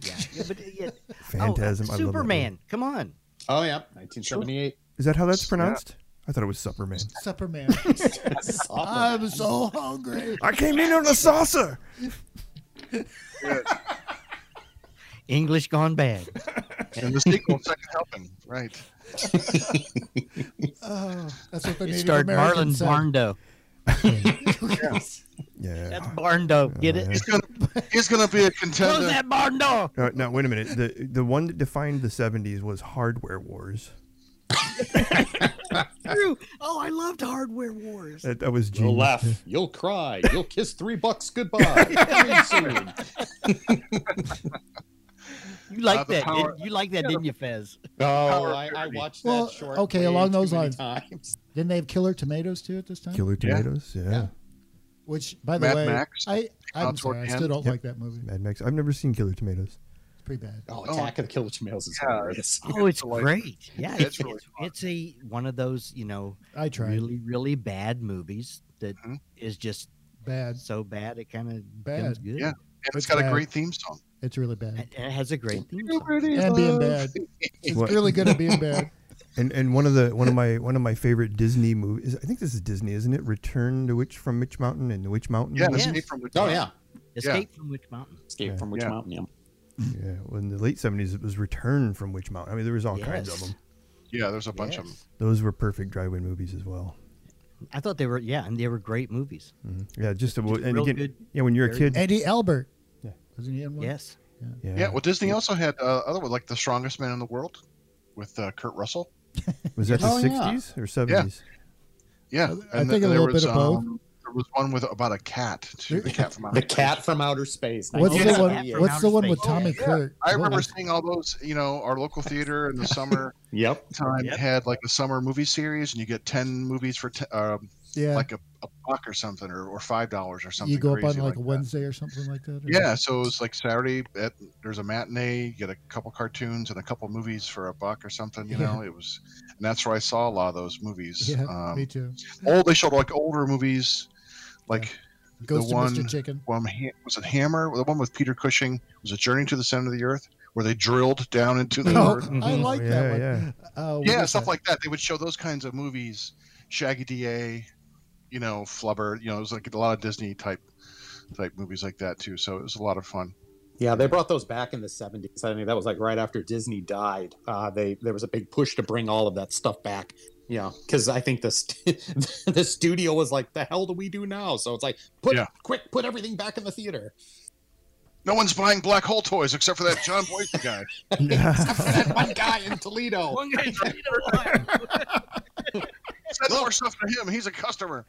yeah, but, uh, yeah. Oh,
Phantasm. I love that
Superman.
movie.
Come on.
Oh, yeah. 1978.
Is that how that's pronounced? I thought it was Superman.
Supper man. I'm so hungry.
I came in on a saucer.
English gone bad.
And the sequel, Second Helping. Right.
Oh, that's what the
It
Native
starred Marlon
Americans said.
Barndo.
Yeah.
That's Barndo. Get it?
He's gonna he's gonna be a contender.
Close that barn door.
Uh, now wait a minute. The the one that defined the '70s was Hardware Wars.
True. Oh, I loved Hardware Wars.
That, that was genius.
You'll laugh. You'll cry. You'll kiss three bucks goodbye. Coming soon.
You like
Uh, the
that?
power-
didn't, you like that, didn't you, Fez?
Oh, I, I watched that
Well,
short.
okay,
way
along
too
those
many
lines.
Times.
Didn't they have Killer Tomatoes too at this time?
Killer
Yeah.
Tomatoes. Yeah.
Yeah.
Which, by the
Mad
way,
Max.
I I'm
Out toward
sorry, I
the end.
still don't
Yep.
like that movie.
Mad Max. I've never seen Killer Tomatoes.
It's pretty bad.
Oh, Attack of the Killer Tomatoes is
Yeah.
hilarious.
Oh, it's
delightful.
great. Yeah,
It's
it's,
really
it's, it's a one of those you know
I tried.
really really bad movies that is
Mhm.
just
Bad.
so bad it kind of
Bad.
becomes good.
Yeah. And it's
It's
got a
bad.
great theme song.
It's really bad.
And and it has a great theme. song.
And being bad. It's
What-
really good at being bad.
And and one of the one of my one of my favorite Disney movies. I think this is Disney, isn't it? Return to Witch from Witch Mountain and the Witch Mountain.
Yeah,
was-
Yes.
Escape from the
Oh, yeah.
Escape from Witch Mountain.
Escape
Yeah.
from Witch
Yeah.
Mountain. Yeah.
yeah. Well, in the late '70s, it was Return from Witch Mountain. I mean, there was all kinds of
Yes.
them.
Yeah, there's a bunch of them.
Yes.
Those were perfect drive-in movies as well.
I thought they were yeah, and they were great movies.
Mm-hmm. Yeah, just, a, and
real
again,
good-
yeah, when you're a
very
kid,
Eddie Albert.
Yeah.
Wasn't he in one?
Yes.
yeah,
Yeah. Well, Disney also had uh, other one like The Strongest Man in the World, with uh, Kurt Russell.
was that the
Oh, yeah.
'60s or '70s?
Yeah,
I think a
there um,
little bit of both.
There was one with about a cat. Too. The cat from
The
outer
Cat from Outer Space.
What's the one?
1978.
What's the one with
Outer
Tommy
Space.
Kirk?
I
What
remember
was-
seeing all those, you know, our local theater in the summer
Yep.
time
Yep.
had like a summer movie series, and you get 10 movies for, t- um
Yeah.
like a, a buck or something, or, or five dollars or something.
You go up on
crazy
like a
that.
Wednesday or something like that. or-
Yeah, so it's like Saturday at there's a matinee, you get a couple cartoons and a couple movies for a buck or something, you
Yeah.
know. It was and that's where I saw a lot of those movies.
Yeah, me
um,
too.
old they showed like older movies like
Ghost
the
of Mr.
one-
Chicken.
one Ha- was it Hammer? The one with Peter Cushing was a Journey to the Center of the Earth where they drilled down into the
Oh,
earth.
I like
Yeah,
that one.
yeah.
Uh, what
Mm-hmm. Yeah,
was
stuff
that?
like that. They would show those kinds of movies, Shaggy DA, you know, Flubber, you know, it was like a lot of Disney type type movies like that too. So it was a lot of fun.
Yeah, they brought those back in the 70s. I think that was like right after Disney died. Uh, they there was a big push to bring all of that stuff back. You know, because I think the st- the studio was like, "The hell do we do now?" So it's like, put
Yeah.
quick, put everything back in the theater.
No one's buying black hole toys except for that John Boyton guy.
Except for that one guy in Toledo.
One guy's reading a line.
Send more stuff to him. He's a customer.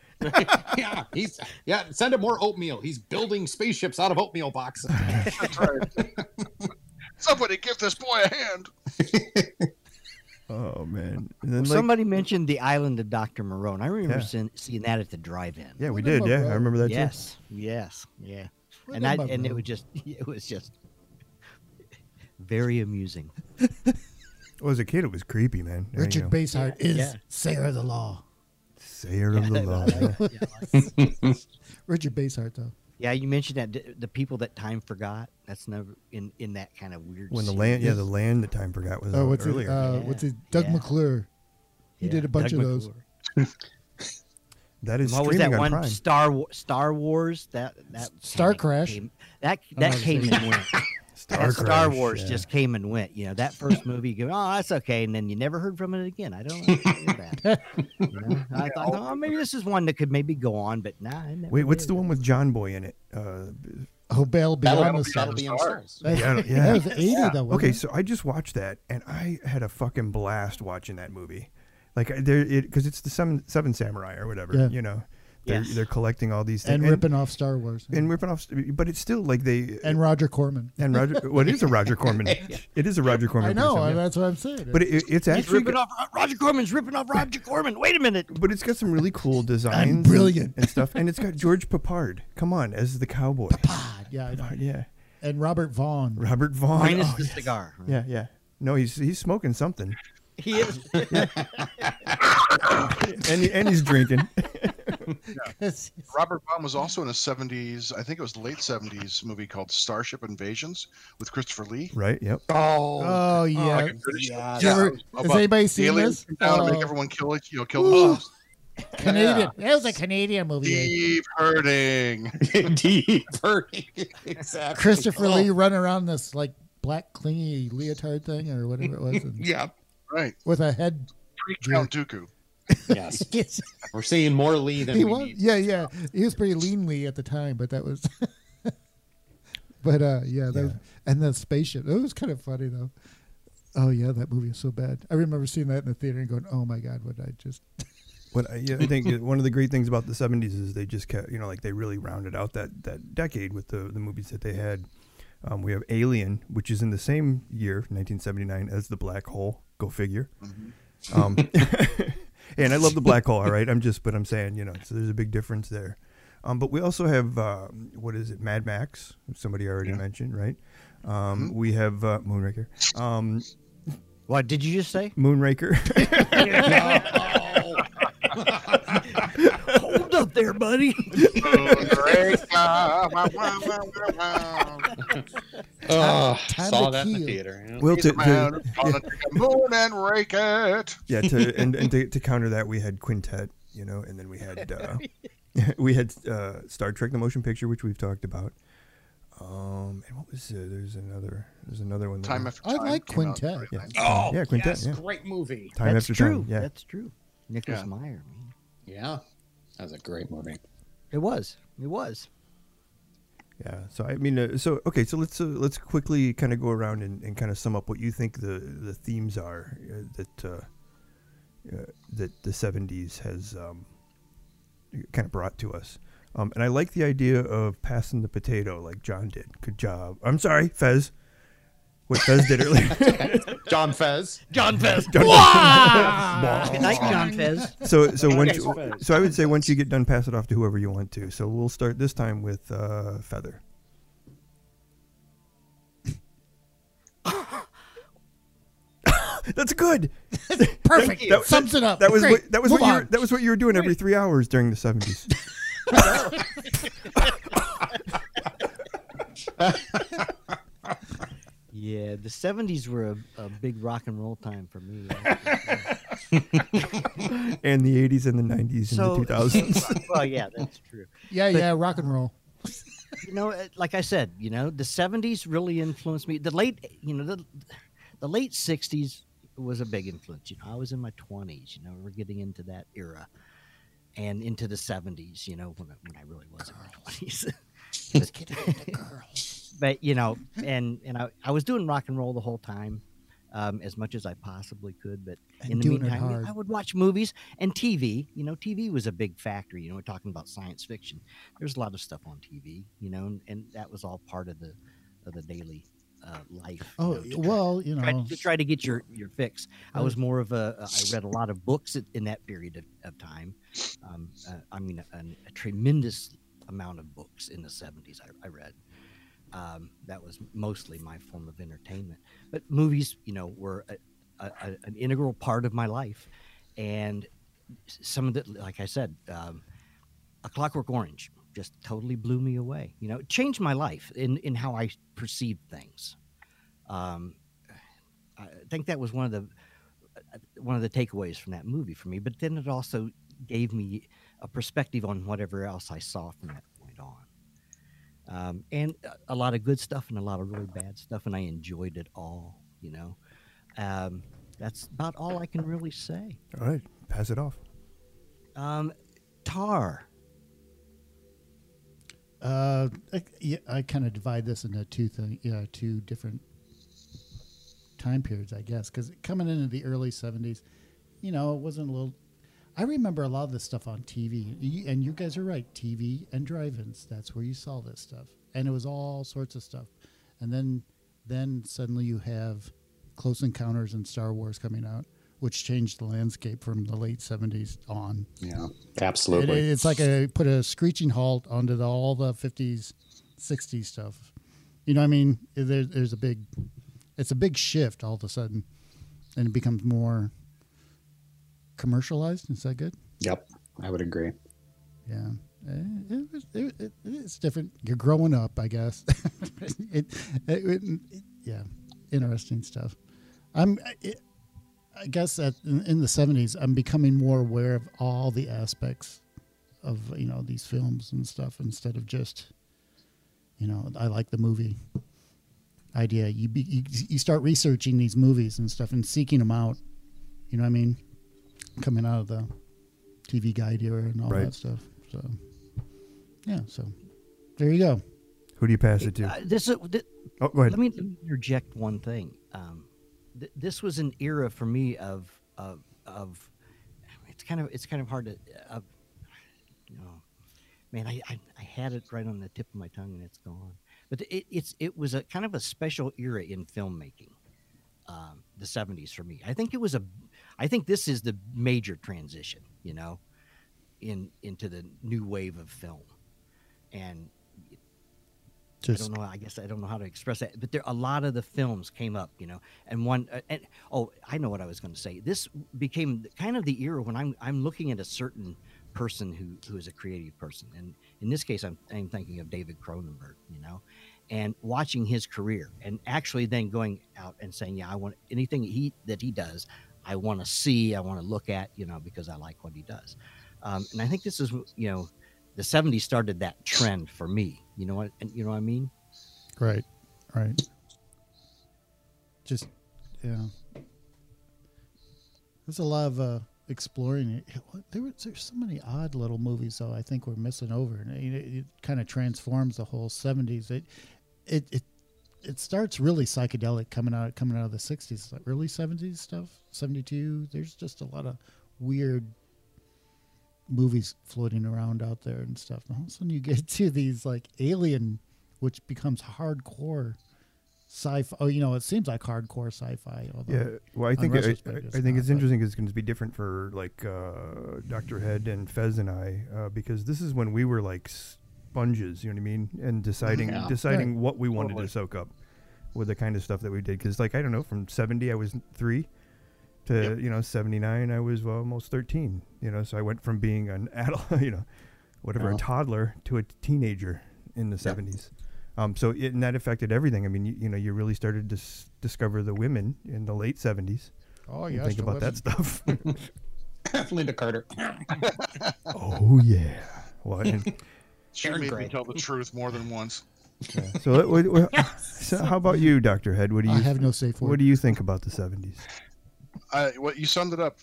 Yeah, he's yeah. Send him more oatmeal. He's building spaceships out of oatmeal boxes.
That's right. Somebody give this boy a hand.
Oh man. And then,
Well,
like,
Somebody mentioned the island of Dr. Marone. I remember
Yeah.
seeing, seeing that at the drive-in.
yeah, we
What about
did. Yeah, I
Rogue?
remember that too.
yes, yes, yeah.
What
and I
about
and it
Rogue?
was just it was just very amusing.
Well, as a kid, it was creepy, man. Now you
Richard
know.
Basehart
Yeah.
is
Yeah.
Sarah the Law.
Sayer of the Law.
Richard Basehart, though.
Yeah, you mentioned that d- the people that time forgot. That's never in in that kind of weird.
When the
scene.
land, yeah, the land that time forgot was
Oh,
on
what's it?
earlier.
Uh,
Yeah.
What's it? Doug
Yeah.
McClure. He
Yeah,
did a bunch
Doug
of those.
McClure.
that is
What was
streaming
that
on
one
Prime.
Star Wa- Star Wars? That that
Star
kinda
Crash.
came- that
Oh,
that
I was
came and
thinking-
went.
Star,
That Star
Crash,
Wars
yeah.
just came and went. You know that first movie, you go, oh, that's okay, and then you never heard from it again. I don't like that. You know? I thought, oh, maybe this is one that could maybe go on, but nah. I never
Wait, what's
did.
the one with John Boy in it? Uh,
Oh, Battle
That'll,
Beyond the
that'll
Stars.
be on stars.
That,
Yeah, I don't-
that
yeah.
was the 80 though. wasn't
okay,
it?
so I just watched that and I had a fucking blast watching that movie. Like I- there, it because it's the seven, seven Samurai or whatever.
Yeah.
You know, they're
Yes.
they're collecting all these things
and ripping off Star Wars.
and ripping off, but it's still like they
And Roger Corman.
and Roger. well, it is a Roger Corman. It is a Roger Corman.
I know.
piece,
and
yeah.
That's what I'm saying.
But it, it's
He's
actually
ripping off Roger Corman's ripping off Roger Corman. Wait a minute.
but it's got some really cool designs, and-
brilliant.
and, stuff. And it's got George Papard. Come on, as the cowboy.
God, yeah, I know.
Papard, yeah,
And Robert Vaughn.
Robert Vaughn.
Minus
oh,
the cigar.
yeah, yeah. No, he's he's smoking something,
He is.
and he, and he's drinking.
Robert Baum was also in a 70s, I think it was late 70s movie called Starship Invasions with Christopher Lee.
right. Yep.
Oh,
oh yeah.
Like a British-
yeah.
Did you ever-
About
Has anybody
the
seen
aliens
this?
come down and
Oh,
make everyone kill it, you know, kill
Ooh.
themselves.
Canadian. That was a Canadian movie.
Deep hurting.
indeed, Bernie. exactly.
Christopher
Oh,
Lee running around this like black clingy leotard thing or whatever it was, and
Yeah.
Right.
with a head.
Pre Count Dooku.
Yes.
Yes,
We're seeing more Lee than
he
we
was.
need.
Yeah, yeah. He was pretty lean Lee at the time, but that was. but uh, yeah, that Was, and the spaceship. It was kind of funny though. Oh yeah, that movie is so bad. I remember seeing that in the theater and going, "Oh my god, what did I just?"
But I, uh, yeah, I think one of the great things about the '70s is they just kept, you know, like they really rounded out that that decade with the the movies that they had. Um, we have Alien, which is in the same year, 1979, as the Black Hole. Go figure. Um, and I love the Black Hole. All right, I'm just, but I'm saying, you know, so there's a big difference there. Um, but we also have uh, what is it, Mad Max? Somebody already mentioned, right? Um, We have uh, Moonraker. Um,
What did you just say?
Moonraker.
Hold up there, buddy.
Oh, Wah, wah, wah, wah, wah.
Oh,
Time
saw
to
that in
kill.
the theater. yeah.
Will
He's a man who's gonna take a moon and rake it.
yeah to and, and to, to counter that we had quintet you know and then we had uh, we had uh, star trek the motion picture which we've talked about um and what was uh, there's another there's another one that
Time
we-
after
I
time.
like
came out,
Quintet.
right?
yeah
Oh,
yeah quintet
yes,
yeah
great movie.
time
That's
after
true.
time yeah
That's true. Nicholas
Yeah.
Meyer. Man.
Yeah, that was a great movie.
It was. It was.
yeah so i mean uh, so okay so let's uh, let's quickly kind of go around and, and kind of sum up what you think the the themes are uh, that uh, uh, that the 70s has um, kind of brought to us. Um, and I like the idea of passing the potato like John did. Good job. I'm sorry, Fez. what Fez did earlier.
John Fez.
John Fez.
John-
Good night, John Fez.
so so once
Fez.
you- so I would say once you get done, pass it off to whoever you want to. So we'll start this time with uh, Feather. That's good.
Perfect.
That-
Sums it up.
That was
Great.
what, that was
Move
what you
on.
were, that was what you were doing every three hours during the seventies.
Yeah, the '70s were a, a big rock and roll time for me.
and the eighties and the nineties and
so,
the two thousands.
well, yeah, that's true.
yeah, yeah, rock and roll.
you know, uh, like I said, you know, the '70s really influenced me. The late, you know, the the late '60s was a big influence. You know, I was in my 20s. You know, we're getting into that era, and into the '70s. You know, when I, when I really was in my 20s. Just kidding, the girls. But you know, and and I, I was doing rock and roll the whole time, um, as much as I possibly could. But
And
in the
doing it
meantime,
hard.
I would watch movies and TV. You know, TV was a big factor. You know, we're talking about science fiction there's a lot of stuff on TV, you know, and, and that was all part of the of the daily uh, life. you
Oh
know, to try-
well, you
try,
know,
to try to get your your fix. I
Right.
was more of a I read a lot of books at- in that period of, of time. Um, uh, I mean, a, a tremendous amount of books in the '70s. I, I read. Um, that was mostly my form of entertainment, but movies, you know, were a, a, a, an integral part of my life, and s- some of the, like I said, um, A Clockwork Orange just totally blew me away. You know, it changed my life in in how I perceived things. Um, I think that was one of the uh, one of the takeaways from that movie for me. But then it also gave me a perspective on whatever else I saw from that point on. Um, and a- a lot of good stuff and a lot of really bad stuff, and I enjoyed it all. You know, um, that's about all I can really say.
All right, pass it off.
Um, tar.
uh, I, yeah, I kind of divide this into two thing, you know, two different time periods, I guess, because coming into the early '70s, you know, it wasn't a little. I remember a lot of this stuff on TV, You- and you guys are right. TV and drive-ins. That's where you saw this stuff, and it was all sorts of stuff. And then, then suddenly you have Close Encounters and Star Wars coming out, which changed the landscape from the late '70s on.
Yeah.
It,
Absolutely.
it's like a put a screeching halt onto the, all the fifties, sixties stuff. You know, what I mean, there, there's a big, it's a big shift all of a sudden, and it becomes more commercialized. Is that good?
Yep. I would agree.
Yeah, Eh, it was- it- it- it's different. You're growing up, I guess. it, it, it- yeah, interesting stuff. I'm, it, I guess, at in, in the '70s, I'm becoming more aware of all the aspects of you know these films and stuff instead of just, you know, I like the movie idea. You be, you, you start researching these movies and stuff and seeking them out. You know what I mean? Coming out of the TV guide era and all
Right.
that stuff. So, yeah. So, there you go.
Who do you pass it to?
Uh, this is th-
oh, go ahead.
Let me let me interject one thing. Um, th- this was an era for me of of of. It's kind of it's kind of hard to. Uh, you know, man, I, I I had it right on the tip of my tongue and it's gone. But it, it's it was a kind of a special era in filmmaking. Um, the '70s for me, I think it was a. I think this is the major transition. You know, in into the new wave of film, and I
Just
don't know. I guess I don't know how to express that, but there a lot of the films came up, you know, and one uh, and oh, I know what I was going to say. This became the- kind of the era when I'm I'm looking at a certain person who who is a creative person, and in this case, I'm I'm thinking of David Cronenberg, you know, and watching his career, and actually then going out and saying, yeah, I want anything he that he does, I want to see, I want to look at, you know, because I like what he does, um, and I think this is you know. The '70s started that trend for me. You know what? And you know what I mean.
right, right. Just yeah. There's a lot of uh, exploring it. Yeah, what- There were there's so many odd little movies though. I think we're missing over, and it, it kind of transforms the whole '70s. It it it it starts really psychedelic coming out coming out of the '60s, like early '70s stuff. '72. There's just a lot of weird movies floating around out there and stuff. And all of a sudden, you get to these like Alien, which becomes hardcore sci-fi. Oh, you know, it seems like hardcore sci-fi. Although,
Yeah, well, I think I,
retrospect, it's
I think
not,
it's
but-
interesting 'cause it's going to be different for like uh, Doctor Head and Fez and I uh, because this is when we were like sponges, you know what I mean, and deciding
Yeah.
deciding what we wanted
Totally.
to soak up with the kind of stuff that we did. Because like I don't know, from seventy I was three to
Yep.
you know seventy nine I was well, almost thirteen. You know, so I went from being an adult, you know, whatever
Yeah.
a toddler to a teenager in the seventies. Um, so it, and that affected everything. I mean, you, you know, you really started to s- discover the women in the late seventies.
Oh
You
yeah,
think about that stuff.
Linda Carter.
oh yeah. Well, and,
She
Aaron
made
Gray.
me tell the truth more than once.
yeah. so, what- what- what- so how about you, Doctor Head? What do you
I have no safe
what
word.
do you think about the seventies?
I, what you summed it up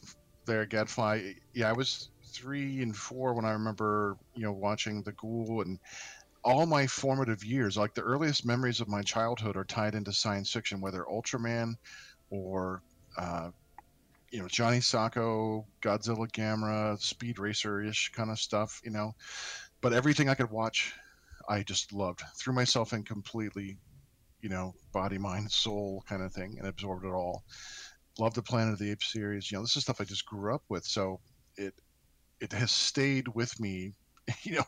there, Gadfly. Yeah, I was three and four when I remember, you know, watching The Ghoul and all my formative years. Like the earliest memories of my childhood are tied into science fiction, whether Ultraman or, uh, you know, Johnny Sacco, Godzilla, Gamera, Speed Racer ish kind of stuff. You know, but everything I could watch, I just loved. Threw myself in completely, you know, body, mind, soul kind of thing, and absorbed it all love the Planet of the Apes series. You know, this is stuff I just grew up with, so it it has stayed with me. You know,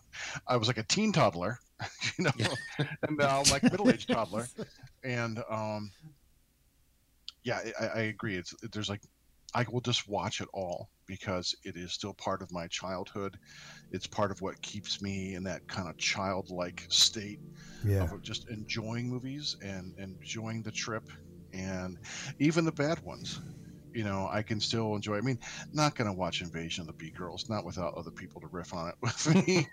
I was like a teen toddler, you know, and now I'm like middle aged toddler, and um, yeah, I, I agree. It's there's like I will just watch it all because it is still part of my childhood. It's part of what keeps me in that kind of childlike state
Yeah.
of just enjoying movies and enjoying the trip and even the bad ones you know i can still enjoy i mean not gonna watch invasion of the b girls not without other people to riff on it with me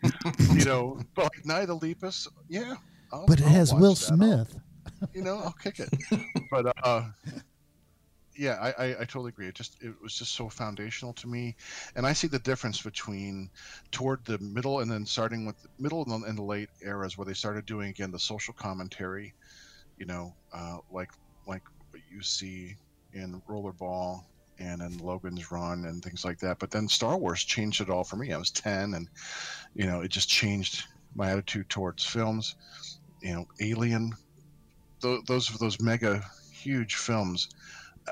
you know but like night of the lepus yeah I'll,
But it
I'll
has
watch
Will
that. I'll-
Smith.
you know i'll kick it but uh yeah I, I i totally agree it just it was just so foundational to me and i see the difference between toward the middle and then starting with middle and the, and the late eras where they started doing again the social commentary you know uh like like what you see in rollerball and in logan's run and things like that but then star wars changed it all for me i was 10 and you know it just changed my attitude towards films you know alien tho- those those mega huge films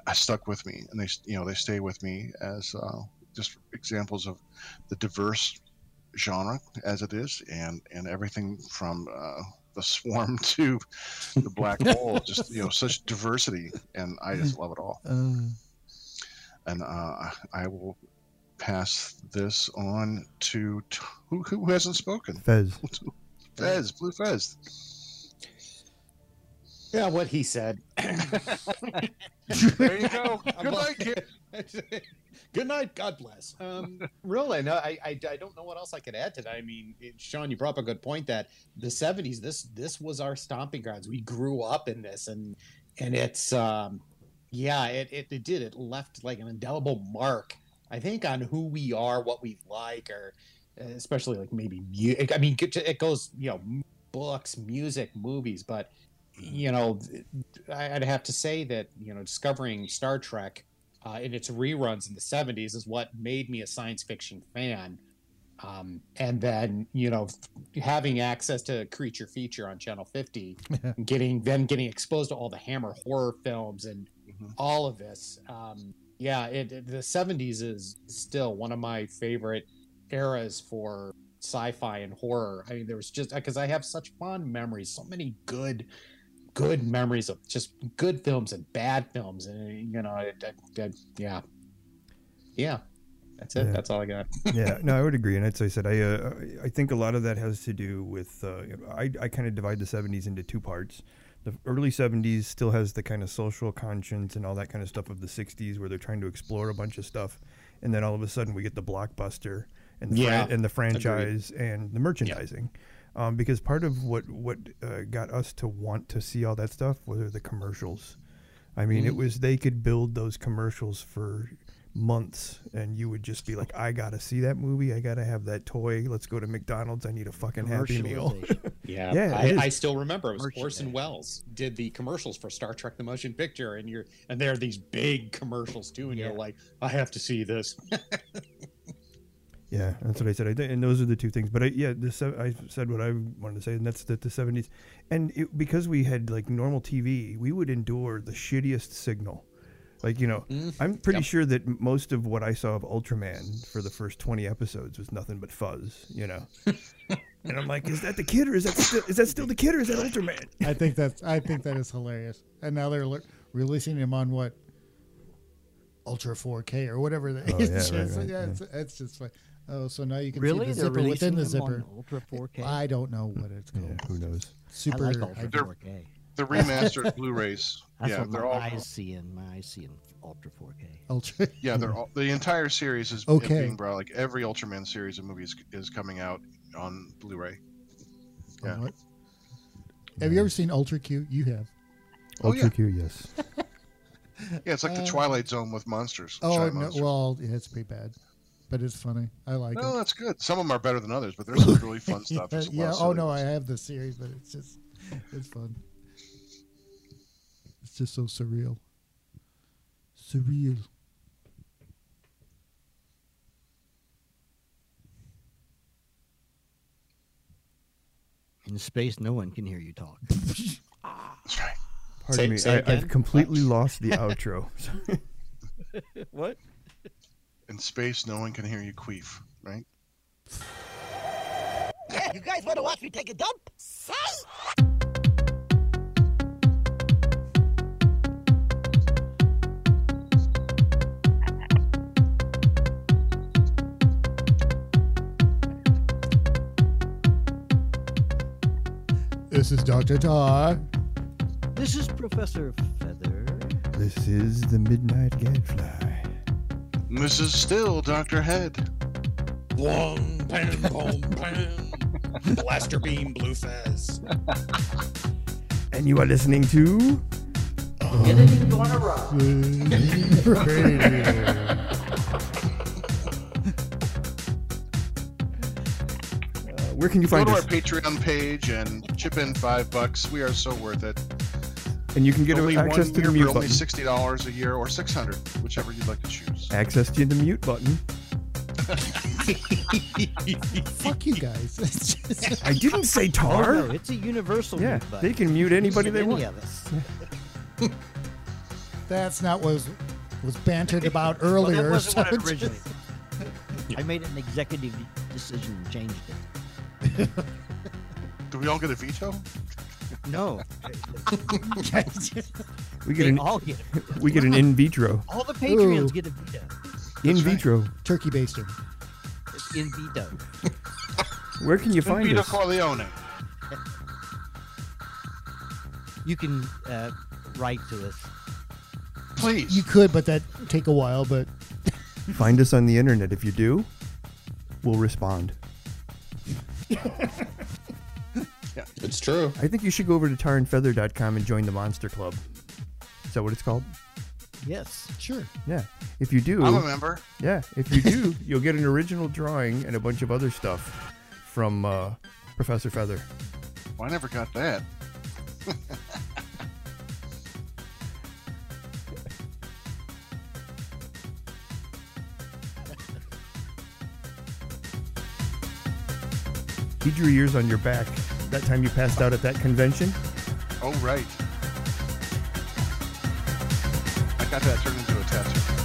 uh, stuck with me and they you know they stay with me as uh, just examples of the diverse genre as it is and and everything from uh, the swarm to the black hole just you know such diversity and i just love it all and uh, i will pass this on to t- who, who hasn't
Oh.
spoken
Fez.
fez blue fez
yeah, what he said.
there you go good night kid
Good night. God bless. Um, really, no, I, I, I don't know what else I could add to that. I mean, it, Sean, you brought up a good point that the '70s, this this was our stomping grounds. We grew up in this, and and it's um, yeah, it, it it did. It left like an indelible mark. I think on who we are, what we like, or uh, especially like maybe mu- I mean, get to- it goes you know books, music, movies, but you know, I- I'd have to say that you know discovering Star Trek uh, in its reruns in the 70s is what made me a science fiction fan. Um, and then, you know, having access to Creature Feature on Channel 50, getting then getting exposed to all the Hammer horror films and
Mhm.
all of this. Um, yeah, it, it- the 70s is still one of my favorite eras for sci-fi and horror. I mean, there was just because I have such fond memories, so many good good memories of just good films and bad films and you know it, it- it- yeah yeah that's it
Yeah.
that's all i got
yeah, no, I would agree, and as I said, I uh, I think a lot of that has to do with uh, I I kind of divide the '70s into two parts. The early '70s still has the kind of social conscience and all that kind of stuff of the '60s, where they're trying to explore a bunch of stuff, and then all of a sudden we get the blockbuster and the
Yeah,
fran- and the franchise and the merchandising. Um, because part of what what uh, got us to want to see all that stuff were the commercials. I mean, it was they could build those commercials for months, and you would just be like, "I gotta see that movie. I gotta have that toy. Let's go to McDonald's. I need a fucking Happy Meal."
Commercialization.
yeah,
Yeah, it is.
I, I still remember it was
Merchandise.
orson welles did the commercials for star trek the motion picture and you're and there are these big commercials too and
Yeah.
you're like i have to see this
Yeah, that's what I said. I think, and those are the two things. But I, yeah, the se- I said what I wanted to say, and that's that the seventies, and it, because we had like normal TV, we would endure the shittiest signal. Like you know,
Mm,
I'm pretty sure that m- most of what I saw of Ultraman for the first twenty episodes was nothing but fuzz. You know, and I'm like, is that the kid or is that still is that still the kid or is that Ultraman?
I think that's I think that is hilarious. And now they're le- releasing him on what Ultra 4K or whatever. That,
Oh,
it's
yeah, right,
just,
right,
yeah,
yeah.
It's, it's just like oh, so now you can
Really,
see the
they're
zipper within
releasing
the
them on
zipper.
Ultra 4K.
I don't know what it's
Yeah,
called.
Oh, who knows?
Super.
I like Ultra
I-
4K.
The remastered Blu-rays.
That's
yeah,
what my
they're all.
eyes see in my eyes see in Ultra 4K.
Ultra.
Yeah, they're all. The entire series is
Okay.
being brought. Like every Ultraman series of movies is coming out on Blu-ray. Yeah.
What? Have you ever seen Ultra Q? You have.
Oh, yeah.
Ultra Q, yes.
Yeah, it's like the
Uh,
Twilight Zone with monsters.
Oh
giant
no!
monsters.
Well, yeah, it's pretty bad, but it's funny. I like
no,
it.
that's good. Some of them are better than others, but there's some really fun
yeah,
stuff. There's a lot
yeah,
of
Oh
silly
no,
ones.
I have the series, but it's just it's fun. It's just so surreal. Surreal.
In space, no one can hear you talk.
That's right.
Pardon
Say-
me,
say
I, I've
again?
completely lost the outro.
what?
In space, no one can hear you queef, right?
You guys want to watch me take a dump? Say!
This is Doctor Tar.
This is Professor Feather.
this is the Midnight Gadfly.
And this is still Doctor Head.
Blong, pam, boom, pam. Blaster beam, blue fez.
And you are listening to uh, where can you
Go
find
to our
us?
Patreon page and chip in five bucks. We are so worth it.
And you can get
only
access
one
to
year
the
for
mute
only
button.
sixty dollars a year or six hundred, whichever you'd like to choose.
Access to the mute button.
Fuck you guys. It's just-
I didn't say
Oh,
tar.
no, it's a universal
yeah,
mute button.
they can mute anybody they
Any
want.
of us.
that's not what was was bantered about earlier.
Well, that wasn't
so
what I
it's
originally.
just-
I made an executive decision and changed it.
Do we all get a veto?
No,
We get
they
an
all get it.
we get an in vitro.
All the
Ooh.
Patreons get a veto.
In
right.
vitro.
turkey baster.
In veto.
Where can you find
Vito
us?
Corleone.
You can uh, write to us.
Please.
You could, but that take a while. But
Find us on the internet. If you do, we'll respond.
It's true.
I think you should go over to tarandfeather.com and join the Monster Club. Is that what it's called?
Yes.
sure.
Yeah. If you do,
I'm a member.
Yeah, if you do, you'll get an original drawing and a bunch of other stuff from uh, Professor Feather.
Well, I never got that.
He drew yours on your back that time you passed out at that convention.
Oh right. I got that turned into a tattoo.